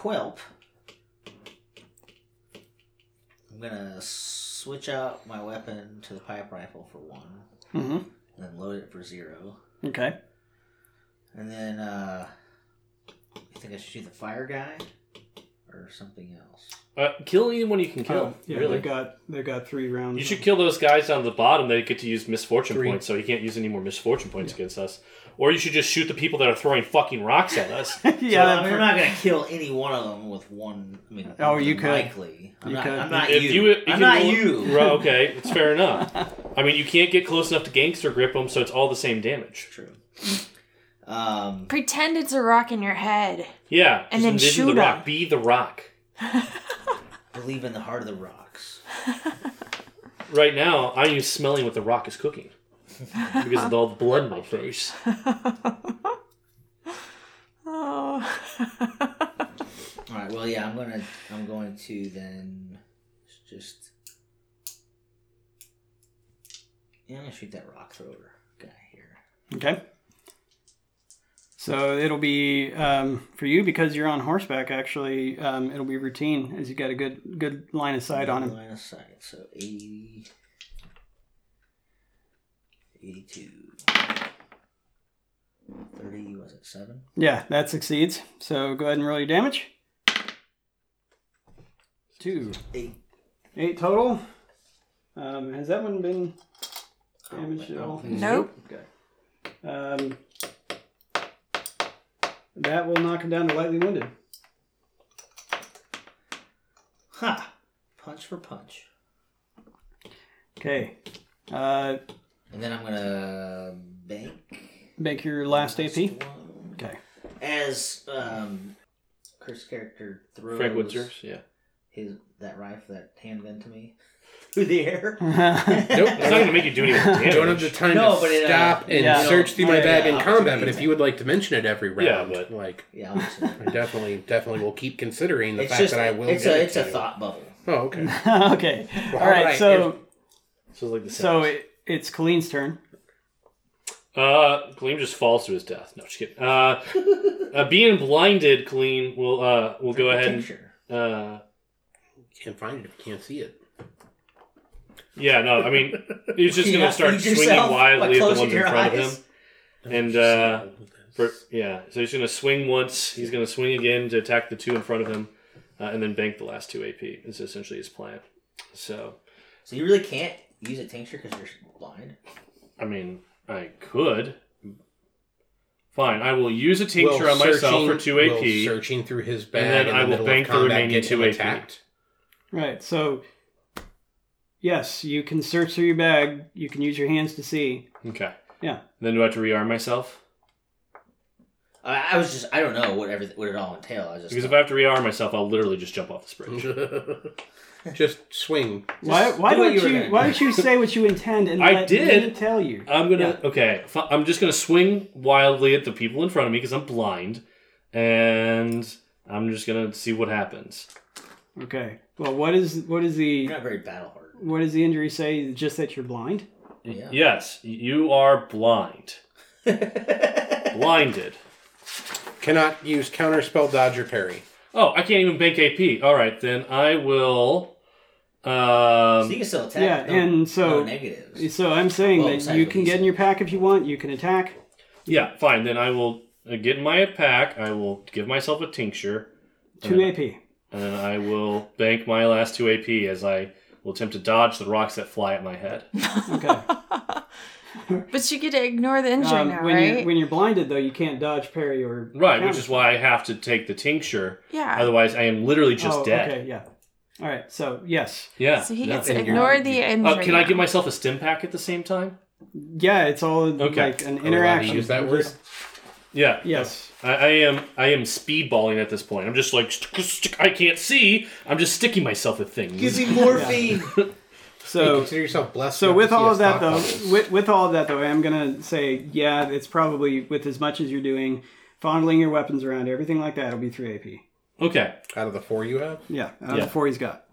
[SPEAKER 2] Whelp. I'm gonna switch out my weapon to the pipe rifle for one,
[SPEAKER 1] Mhm.
[SPEAKER 2] and then load it for zero,
[SPEAKER 1] okay,
[SPEAKER 2] and then uh, I think I should shoot the fire guy or something else.
[SPEAKER 5] Uh, kill anyone you can kill.
[SPEAKER 1] Oh, yeah,
[SPEAKER 5] really.
[SPEAKER 1] they've got they've got three rounds.
[SPEAKER 5] You should kill those guys down at the bottom. They get to use misfortune points, so he can't use any more misfortune points against us. Or you should just shoot the people that are throwing fucking rocks at us.
[SPEAKER 1] yeah,
[SPEAKER 2] so,
[SPEAKER 1] that-
[SPEAKER 2] I mean, I'm not gonna kill any one of them with one. I mean,
[SPEAKER 1] Oh, you could.
[SPEAKER 2] likely. I'm
[SPEAKER 1] You
[SPEAKER 2] not,
[SPEAKER 1] could.
[SPEAKER 2] I'm not
[SPEAKER 5] If
[SPEAKER 2] you.
[SPEAKER 5] you, if
[SPEAKER 2] I'm
[SPEAKER 5] you
[SPEAKER 2] not
[SPEAKER 5] roll-
[SPEAKER 2] you.
[SPEAKER 5] Right, okay, it's fair enough. I mean, you can't get close enough to gangster grip them, so it's all the same damage.
[SPEAKER 2] True. Um,
[SPEAKER 4] Pretend it's a rock in your head.
[SPEAKER 5] Yeah,
[SPEAKER 4] And
[SPEAKER 5] just
[SPEAKER 4] then
[SPEAKER 5] envision
[SPEAKER 4] shoot
[SPEAKER 5] the rock.
[SPEAKER 4] 'em.
[SPEAKER 5] Be the rock.
[SPEAKER 2] believe in the heart of the rocks.
[SPEAKER 5] Right now, I am smelling what the rock is cooking because of all the blood in my face.
[SPEAKER 4] Oh.
[SPEAKER 2] All right. Well, yeah, I'm gonna. I'm going to then just. Yeah, I'm gonna shoot that rock thrower guy here.
[SPEAKER 1] Okay. So it'll be um, for you because you're on horseback. Actually, um, it'll be routine as you got a good good line of sight on him.
[SPEAKER 2] Line of sight. So 80, 82, 30, Was it seven?
[SPEAKER 1] Yeah, that succeeds. So go ahead and roll your damage. Two,
[SPEAKER 2] Eight.
[SPEAKER 1] eight total. Um, has that one been damaged at all?
[SPEAKER 4] Nope.
[SPEAKER 1] Um, that will knock him down to lightly wounded.
[SPEAKER 2] Ha! Punch for punch.
[SPEAKER 1] Okay. Uh,
[SPEAKER 2] And then I'm gonna bank
[SPEAKER 1] make your last AP.
[SPEAKER 2] one.
[SPEAKER 1] Okay.
[SPEAKER 2] as um, Kurt's character throws
[SPEAKER 5] Frank Woodsers, yeah.
[SPEAKER 2] his that rifle, that handgun to me through the air.
[SPEAKER 3] Nope.
[SPEAKER 5] It's not going to make you do any more damage.
[SPEAKER 3] don't have the time
[SPEAKER 2] No,
[SPEAKER 3] to
[SPEAKER 2] but it, uh,
[SPEAKER 3] stop and
[SPEAKER 1] yeah.
[SPEAKER 3] search through my
[SPEAKER 2] Yeah,
[SPEAKER 3] bag
[SPEAKER 2] yeah,
[SPEAKER 3] in combat. But
[SPEAKER 2] opportunity.
[SPEAKER 3] if you would like to mention it every round,
[SPEAKER 5] Yeah, but-
[SPEAKER 3] like
[SPEAKER 2] Yeah, obviously.
[SPEAKER 3] I definitely, definitely will keep considering the
[SPEAKER 2] it's
[SPEAKER 3] fact
[SPEAKER 2] just
[SPEAKER 3] that I will.
[SPEAKER 2] it's
[SPEAKER 3] give
[SPEAKER 2] a
[SPEAKER 3] it
[SPEAKER 2] it's
[SPEAKER 3] to
[SPEAKER 2] a
[SPEAKER 3] you.
[SPEAKER 2] thought bubble.
[SPEAKER 3] Oh, okay.
[SPEAKER 1] okay.
[SPEAKER 3] Well,
[SPEAKER 1] All right.
[SPEAKER 3] alright,
[SPEAKER 1] So.
[SPEAKER 5] So it's like the
[SPEAKER 1] So
[SPEAKER 5] same.
[SPEAKER 1] it, it's Colleen's turn.
[SPEAKER 5] Uh, Gleam just falls to his death. No, just kidding. Uh, uh, being blinded, Gleam will uh will go ahead
[SPEAKER 2] Picture.
[SPEAKER 5] and uh
[SPEAKER 3] Can't find it. if you Can't see it.
[SPEAKER 5] yeah no I mean he's just
[SPEAKER 2] Yeah,
[SPEAKER 5] gonna start
[SPEAKER 2] feed
[SPEAKER 5] swinging
[SPEAKER 2] yourself by
[SPEAKER 5] wildly at the
[SPEAKER 2] closing
[SPEAKER 5] ones in
[SPEAKER 2] your
[SPEAKER 5] front of
[SPEAKER 2] eyes.
[SPEAKER 5] him. And, uh, For, yeah, so he's going to swing once. He's going to swing again to attack the two in front of him, uh, and then bank the last two AP. Is essentially his plan. So,
[SPEAKER 2] So you really can't use a tincture because you're blind.
[SPEAKER 5] I mean, I could. Fine, I will use a tincture
[SPEAKER 3] Will
[SPEAKER 5] on myself for
[SPEAKER 3] searching-
[SPEAKER 5] two AP.
[SPEAKER 3] will searching through his bag,
[SPEAKER 5] And then
[SPEAKER 3] in the
[SPEAKER 5] I will
[SPEAKER 3] middle of
[SPEAKER 5] bank the
[SPEAKER 3] combat,
[SPEAKER 5] remaining
[SPEAKER 3] get him
[SPEAKER 5] 2 AP.
[SPEAKER 3] attacked.
[SPEAKER 1] Right. So yes, you can search through your bag. You can use your hands to see.
[SPEAKER 5] Okay.
[SPEAKER 1] Yeah.
[SPEAKER 5] Then do I have to rearm myself?
[SPEAKER 2] I, I was just I don't know what every, what it all entail. I was just
[SPEAKER 5] Because if I have to rearm myself, I'll literally just jump off this bridge.
[SPEAKER 3] Just swing.
[SPEAKER 1] why why
[SPEAKER 2] do what
[SPEAKER 1] don't
[SPEAKER 2] you were
[SPEAKER 1] you,
[SPEAKER 2] gonna
[SPEAKER 1] why
[SPEAKER 2] do.
[SPEAKER 1] don't you say what you intend and
[SPEAKER 5] I
[SPEAKER 1] let
[SPEAKER 5] did.
[SPEAKER 1] me tell you?
[SPEAKER 5] I'm gonna okay. fi- I'm just gonna swing wildly at the people in front of me because I'm blind, and I'm just gonna see what happens.
[SPEAKER 1] Okay. Well, what is what is the
[SPEAKER 2] you're not very battle hard.
[SPEAKER 1] what does the injury say? Just that you're blind.
[SPEAKER 2] Yeah.
[SPEAKER 5] Yes, you are blind. Blinded.
[SPEAKER 3] Cannot use counter spell, dodge, or parry.
[SPEAKER 5] Oh, I can't even bank AP. All right, then I will.
[SPEAKER 2] so you
[SPEAKER 5] Um,
[SPEAKER 2] can still attack.
[SPEAKER 1] yeah,
[SPEAKER 2] no,
[SPEAKER 1] and so-
[SPEAKER 2] no negatives.
[SPEAKER 1] So I'm saying
[SPEAKER 2] Well,
[SPEAKER 1] that
[SPEAKER 2] besides
[SPEAKER 1] you
[SPEAKER 2] what
[SPEAKER 1] can
[SPEAKER 2] he
[SPEAKER 1] get
[SPEAKER 2] said.
[SPEAKER 1] in your pack if you want. You can attack.
[SPEAKER 5] yeah, fine. Then I will uh, get in my pack. I will give myself a tincture.
[SPEAKER 1] Two AP.
[SPEAKER 5] and then I will bank my last two AP as I will attempt to dodge the rocks that fly at my head.
[SPEAKER 1] Okay.
[SPEAKER 4] But you get to ignore the injury
[SPEAKER 1] Um,
[SPEAKER 4] now,
[SPEAKER 1] when
[SPEAKER 4] right?
[SPEAKER 1] you're when you're blinded though, you can't dodge, parry, or
[SPEAKER 5] Right, which
[SPEAKER 1] counter.
[SPEAKER 5] is why I have to take the tincture.
[SPEAKER 4] yeah.
[SPEAKER 5] Otherwise, I am literally just
[SPEAKER 1] oh,
[SPEAKER 5] dead.
[SPEAKER 1] Okay, yeah. All right. So yes,
[SPEAKER 5] Yeah.
[SPEAKER 4] so he
[SPEAKER 5] no.
[SPEAKER 4] gets to
[SPEAKER 3] and you're-
[SPEAKER 4] ignore the injury.
[SPEAKER 5] Uh, can I give myself a stim pack at the same time?
[SPEAKER 1] yeah, it's all
[SPEAKER 5] Okay.
[SPEAKER 1] like an
[SPEAKER 3] Are we allowed to
[SPEAKER 1] interaction.
[SPEAKER 3] Use that word.
[SPEAKER 5] Yeah.
[SPEAKER 1] Yes.
[SPEAKER 5] I, I am. I am speedballing at this point. I'm just like st- st- I can't see. I'm just sticking myself with things.
[SPEAKER 2] Gives me morphine.
[SPEAKER 3] You
[SPEAKER 1] So
[SPEAKER 3] consider yourself blessed.
[SPEAKER 1] so
[SPEAKER 3] enough
[SPEAKER 1] with
[SPEAKER 3] to see
[SPEAKER 1] all
[SPEAKER 3] us
[SPEAKER 1] of that
[SPEAKER 3] thought
[SPEAKER 1] though,
[SPEAKER 3] bubbles.
[SPEAKER 1] with, with all of that though, I'm gonna say yeah, it's probably with as much as you're doing, fondling your weapons around, everything like that, it'll be three AP.
[SPEAKER 5] Okay.
[SPEAKER 3] out of the four you have,
[SPEAKER 1] Yeah, out
[SPEAKER 5] Yeah.
[SPEAKER 1] of the four he's got.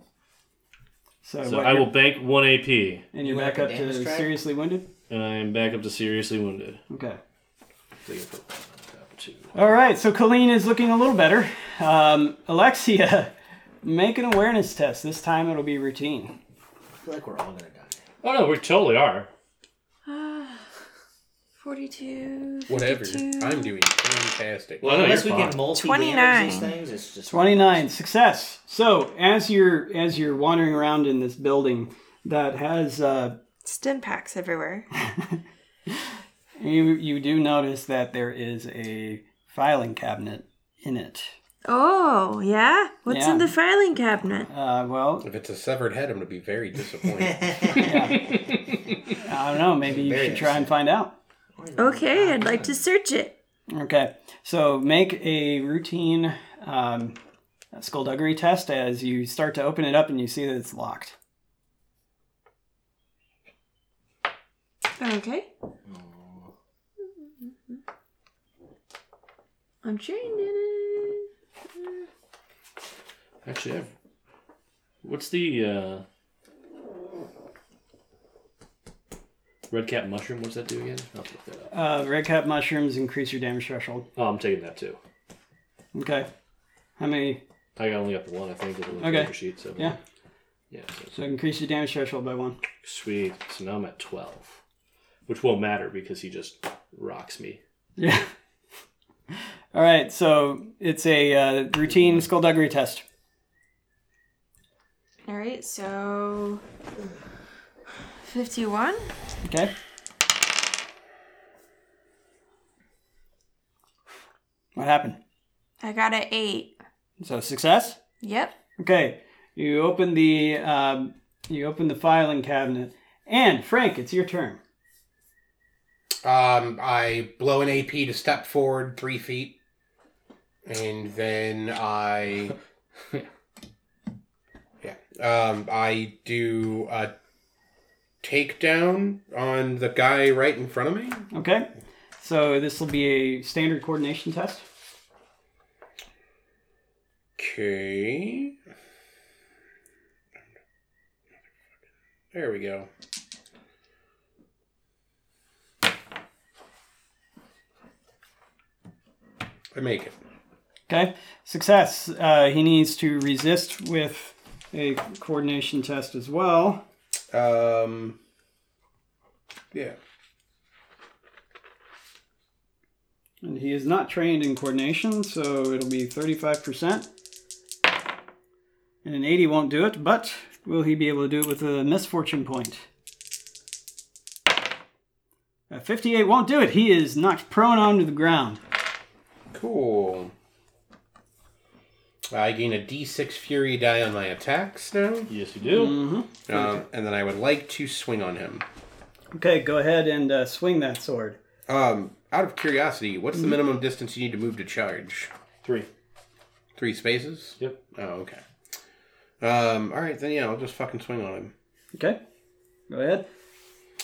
[SPEAKER 1] So,
[SPEAKER 5] So
[SPEAKER 1] what,
[SPEAKER 5] I
[SPEAKER 1] you're-
[SPEAKER 5] will bank one AP,
[SPEAKER 1] and you're
[SPEAKER 2] You
[SPEAKER 1] back
[SPEAKER 2] have
[SPEAKER 1] up
[SPEAKER 2] a
[SPEAKER 1] to
[SPEAKER 2] damage track?
[SPEAKER 1] seriously wounded.
[SPEAKER 5] and I am back up to seriously wounded.
[SPEAKER 1] Okay.
[SPEAKER 5] They can put one up, two.
[SPEAKER 1] All right, so Colleen is looking a little better. Um, Alexia, make an awareness test. This time it'll be routine.
[SPEAKER 2] I feel like we're all gonna die.
[SPEAKER 5] Oh no, we totally are.
[SPEAKER 4] 42.
[SPEAKER 3] whatever.
[SPEAKER 4] 52.
[SPEAKER 3] I'm doing fantastic.
[SPEAKER 5] I know,
[SPEAKER 2] unless we
[SPEAKER 5] you're
[SPEAKER 2] can
[SPEAKER 5] fine.
[SPEAKER 2] multi
[SPEAKER 4] 29.
[SPEAKER 2] these things, it's just
[SPEAKER 1] 29 success so as you're as you're wandering around in this building that has uh
[SPEAKER 4] Stim packs everywhere.
[SPEAKER 1] you you do notice that there is a filing cabinet in it
[SPEAKER 4] Oh, yeah? What's in
[SPEAKER 1] Yeah.
[SPEAKER 4] the filing cabinet?
[SPEAKER 1] uh well
[SPEAKER 3] If it's a severed head, I'm going to be very disappointed.
[SPEAKER 1] i don't know maybe you should try and find out
[SPEAKER 4] Okay, I'd like to search it.
[SPEAKER 1] okay so make a routine um skullduggery test as you start to open it up and you see that it's locked
[SPEAKER 4] Okay. I'm trained in it.
[SPEAKER 5] Actually, I've... what's the uh... red cap mushroom? What's that do again? I'll look that up.
[SPEAKER 1] uh red cap mushrooms increase your damage threshold
[SPEAKER 5] Oh, I'm taking that too.
[SPEAKER 1] okay how many
[SPEAKER 5] I got only up to one, I think, on the
[SPEAKER 1] Okay.
[SPEAKER 5] paper sheet. So
[SPEAKER 1] Yeah.
[SPEAKER 5] yeah. so-
[SPEAKER 1] so increase your damage threshold by one
[SPEAKER 5] Sweet. So now I'm at 12, which won't matter because he just rocks me.
[SPEAKER 1] Yeah. All right, so it's a uh, routine skullduggery test.
[SPEAKER 4] All right, so 51.
[SPEAKER 1] Okay. What happened?
[SPEAKER 4] I got an 8.
[SPEAKER 1] So success.
[SPEAKER 4] Yep.
[SPEAKER 1] Okay, you open the um, you open the filing cabinet, and Frank, it's your turn.
[SPEAKER 3] um, I blow an AP to step forward three feet, and then I, yeah, um, I do a takedown on the guy right in front of me.
[SPEAKER 1] Okay, so this will be a standard coordination test.
[SPEAKER 3] Okay. There we go. I make it.
[SPEAKER 1] Okay, success. Uh, he needs to resist with a coordination test as well.
[SPEAKER 3] Um, yeah.
[SPEAKER 1] And he is not trained in coordination, so it'll be 35%. And an 80 won't do it, but will he be able to do it with a misfortune point? A 58 won't do it. He is knocked prone onto the ground.
[SPEAKER 3] Cool. I gain a d6 fury die on my attacks now.
[SPEAKER 5] Yes, you do.
[SPEAKER 3] Um, and then I would like to swing on him.
[SPEAKER 1] Okay, go ahead and uh, swing that sword.
[SPEAKER 3] Um, out of curiosity, what's the minimum distance you need to move to charge?
[SPEAKER 5] Mm-hmm. Three.
[SPEAKER 3] Three spaces?
[SPEAKER 5] Yep.
[SPEAKER 3] Oh, okay. Um, all right, then yeah, I'll just fucking swing on him.
[SPEAKER 1] Okay, go ahead.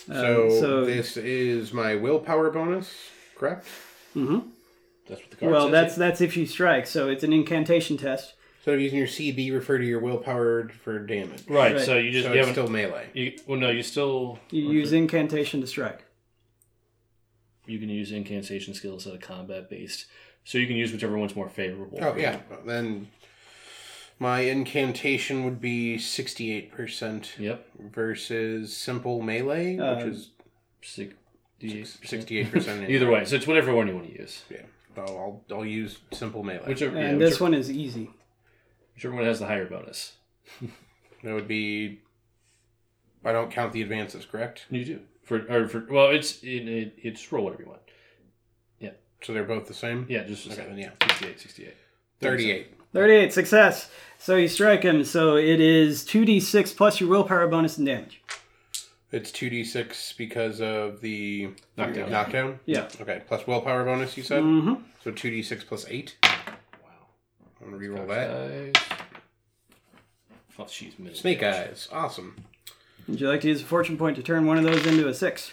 [SPEAKER 1] Um,
[SPEAKER 3] So,
[SPEAKER 1] so-
[SPEAKER 3] this is my willpower bonus, correct?
[SPEAKER 5] That's what the card
[SPEAKER 1] Well,
[SPEAKER 5] says.
[SPEAKER 1] that's that's if you strike, so it's an incantation test.
[SPEAKER 3] Instead of using your CB, refer to your willpower for damage.
[SPEAKER 5] right,
[SPEAKER 1] right.
[SPEAKER 5] So you just
[SPEAKER 3] So
[SPEAKER 5] you
[SPEAKER 3] it's
[SPEAKER 5] haven't.
[SPEAKER 3] still melee.
[SPEAKER 5] you, well, no, you still.
[SPEAKER 1] You use incantation to strike.
[SPEAKER 5] You can use incantation skill instead of combat based. So you can use whichever one's more favorable.
[SPEAKER 3] Oh yeah. Then my incantation would be sixty-eight percent
[SPEAKER 5] Yep.
[SPEAKER 3] versus simple melee,
[SPEAKER 1] Uh,
[SPEAKER 3] which is
[SPEAKER 5] Sixty-eight.
[SPEAKER 3] sixty-eight percent.
[SPEAKER 5] Either way, so it's whatever one you want to use.
[SPEAKER 3] Yeah. So I'll I'll use simple melee.
[SPEAKER 5] Whichever. yeah,
[SPEAKER 1] And this
[SPEAKER 5] whichever-
[SPEAKER 1] one is easy.
[SPEAKER 5] Whichever one has the higher bonus.
[SPEAKER 3] That would be. I don't count the advances, correct?
[SPEAKER 5] You do for or for well, it's it, it, it's roll whatever you want.
[SPEAKER 3] So they're both the same.
[SPEAKER 5] Yeah, just
[SPEAKER 3] Okay, then yeah.
[SPEAKER 5] 68, 68.
[SPEAKER 3] Thirty-eight.
[SPEAKER 1] 38, success. So you strike him, so it is 2d6 plus your willpower bonus and damage.
[SPEAKER 3] It's two d six because of the
[SPEAKER 5] Knockdown.
[SPEAKER 3] Knockdown.
[SPEAKER 1] Yeah.
[SPEAKER 3] Okay. Plus willpower bonus. You said
[SPEAKER 1] hmm
[SPEAKER 3] so. Two d six plus eight. I'm gonna reroll that.
[SPEAKER 5] Eyes. Oh, she's middle.
[SPEAKER 3] Snake eyes. Awesome.
[SPEAKER 1] Would you like to use a fortune point to turn one of those into a 6?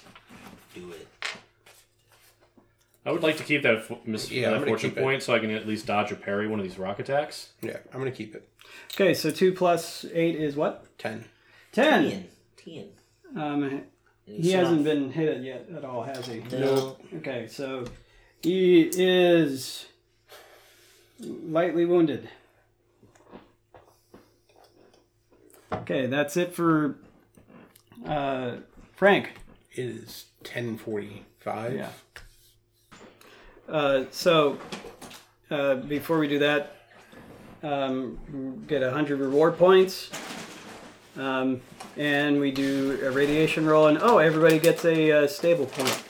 [SPEAKER 2] Do it.
[SPEAKER 5] I would like to keep that, fo- mis-
[SPEAKER 3] Yeah, I'm
[SPEAKER 5] that
[SPEAKER 3] gonna
[SPEAKER 5] fortune
[SPEAKER 3] keep it.
[SPEAKER 5] point so I can at least dodge or parry one of these rock attacks.
[SPEAKER 3] Yeah, I'm gonna keep it.
[SPEAKER 1] Okay, so 2 plus 8 is what?
[SPEAKER 3] Ten.
[SPEAKER 1] 10.
[SPEAKER 2] Ten. Ten.
[SPEAKER 1] Um, he hasn't been hit yet at all, has he?
[SPEAKER 2] No.
[SPEAKER 1] Okay, so he is lightly wounded. Okay, that's it for uh, Frank.
[SPEAKER 3] It is ten forty-five.
[SPEAKER 1] Yeah. Uh, so, uh, before we do that, um, get 100 reward points. Um, and we do a radiation roll, and oh, everybody gets a uh, stable point.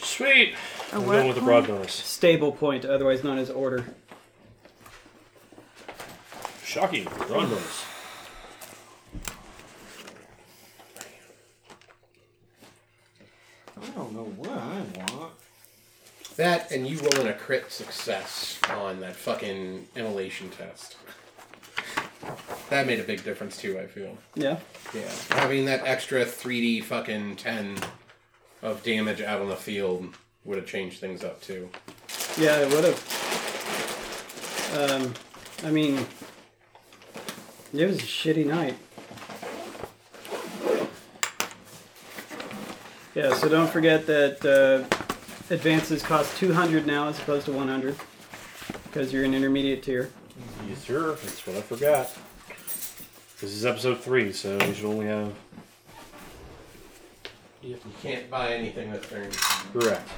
[SPEAKER 5] Sweet.
[SPEAKER 4] A
[SPEAKER 5] I'm
[SPEAKER 4] what
[SPEAKER 5] going with the broad bonus.
[SPEAKER 1] Stable point, otherwise known as order.
[SPEAKER 5] Shocking. Broad bonus.
[SPEAKER 2] I don't know what I want.
[SPEAKER 3] That and you rolling a crit success on that fucking immolation test. That made a big difference too. I feel.
[SPEAKER 1] Yeah.
[SPEAKER 3] Yeah. Having that extra 3D fucking 10 of damage out on the field would have changed things up too.
[SPEAKER 1] Yeah, it would have. Um, I mean, it was a shitty night. Yeah, so don't forget that uh, advances cost 200 now as opposed to 100 because you're an intermediate tier.
[SPEAKER 5] Yes, sir. That's what I forgot. This is episode three, so we should only have.
[SPEAKER 3] You can't buy anything this turn.
[SPEAKER 5] Correct.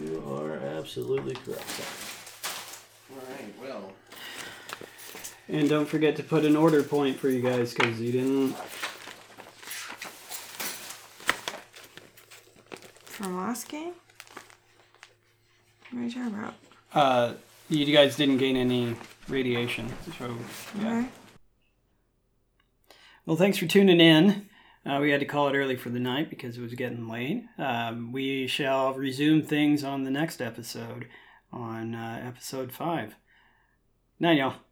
[SPEAKER 5] You are absolutely correct.
[SPEAKER 3] Alright, well.
[SPEAKER 1] And don't forget to put an order point for you guys because you didn't.
[SPEAKER 4] From last game? What are you talking about?
[SPEAKER 1] Uh, you guys didn't gain any radiation, so yeah.
[SPEAKER 4] Okay.
[SPEAKER 1] Well, thanks for tuning in. Uh, we had to call it early for the night because it was getting late. Um, we shall resume things on the next episode, on uh, episode five. Night, y'all.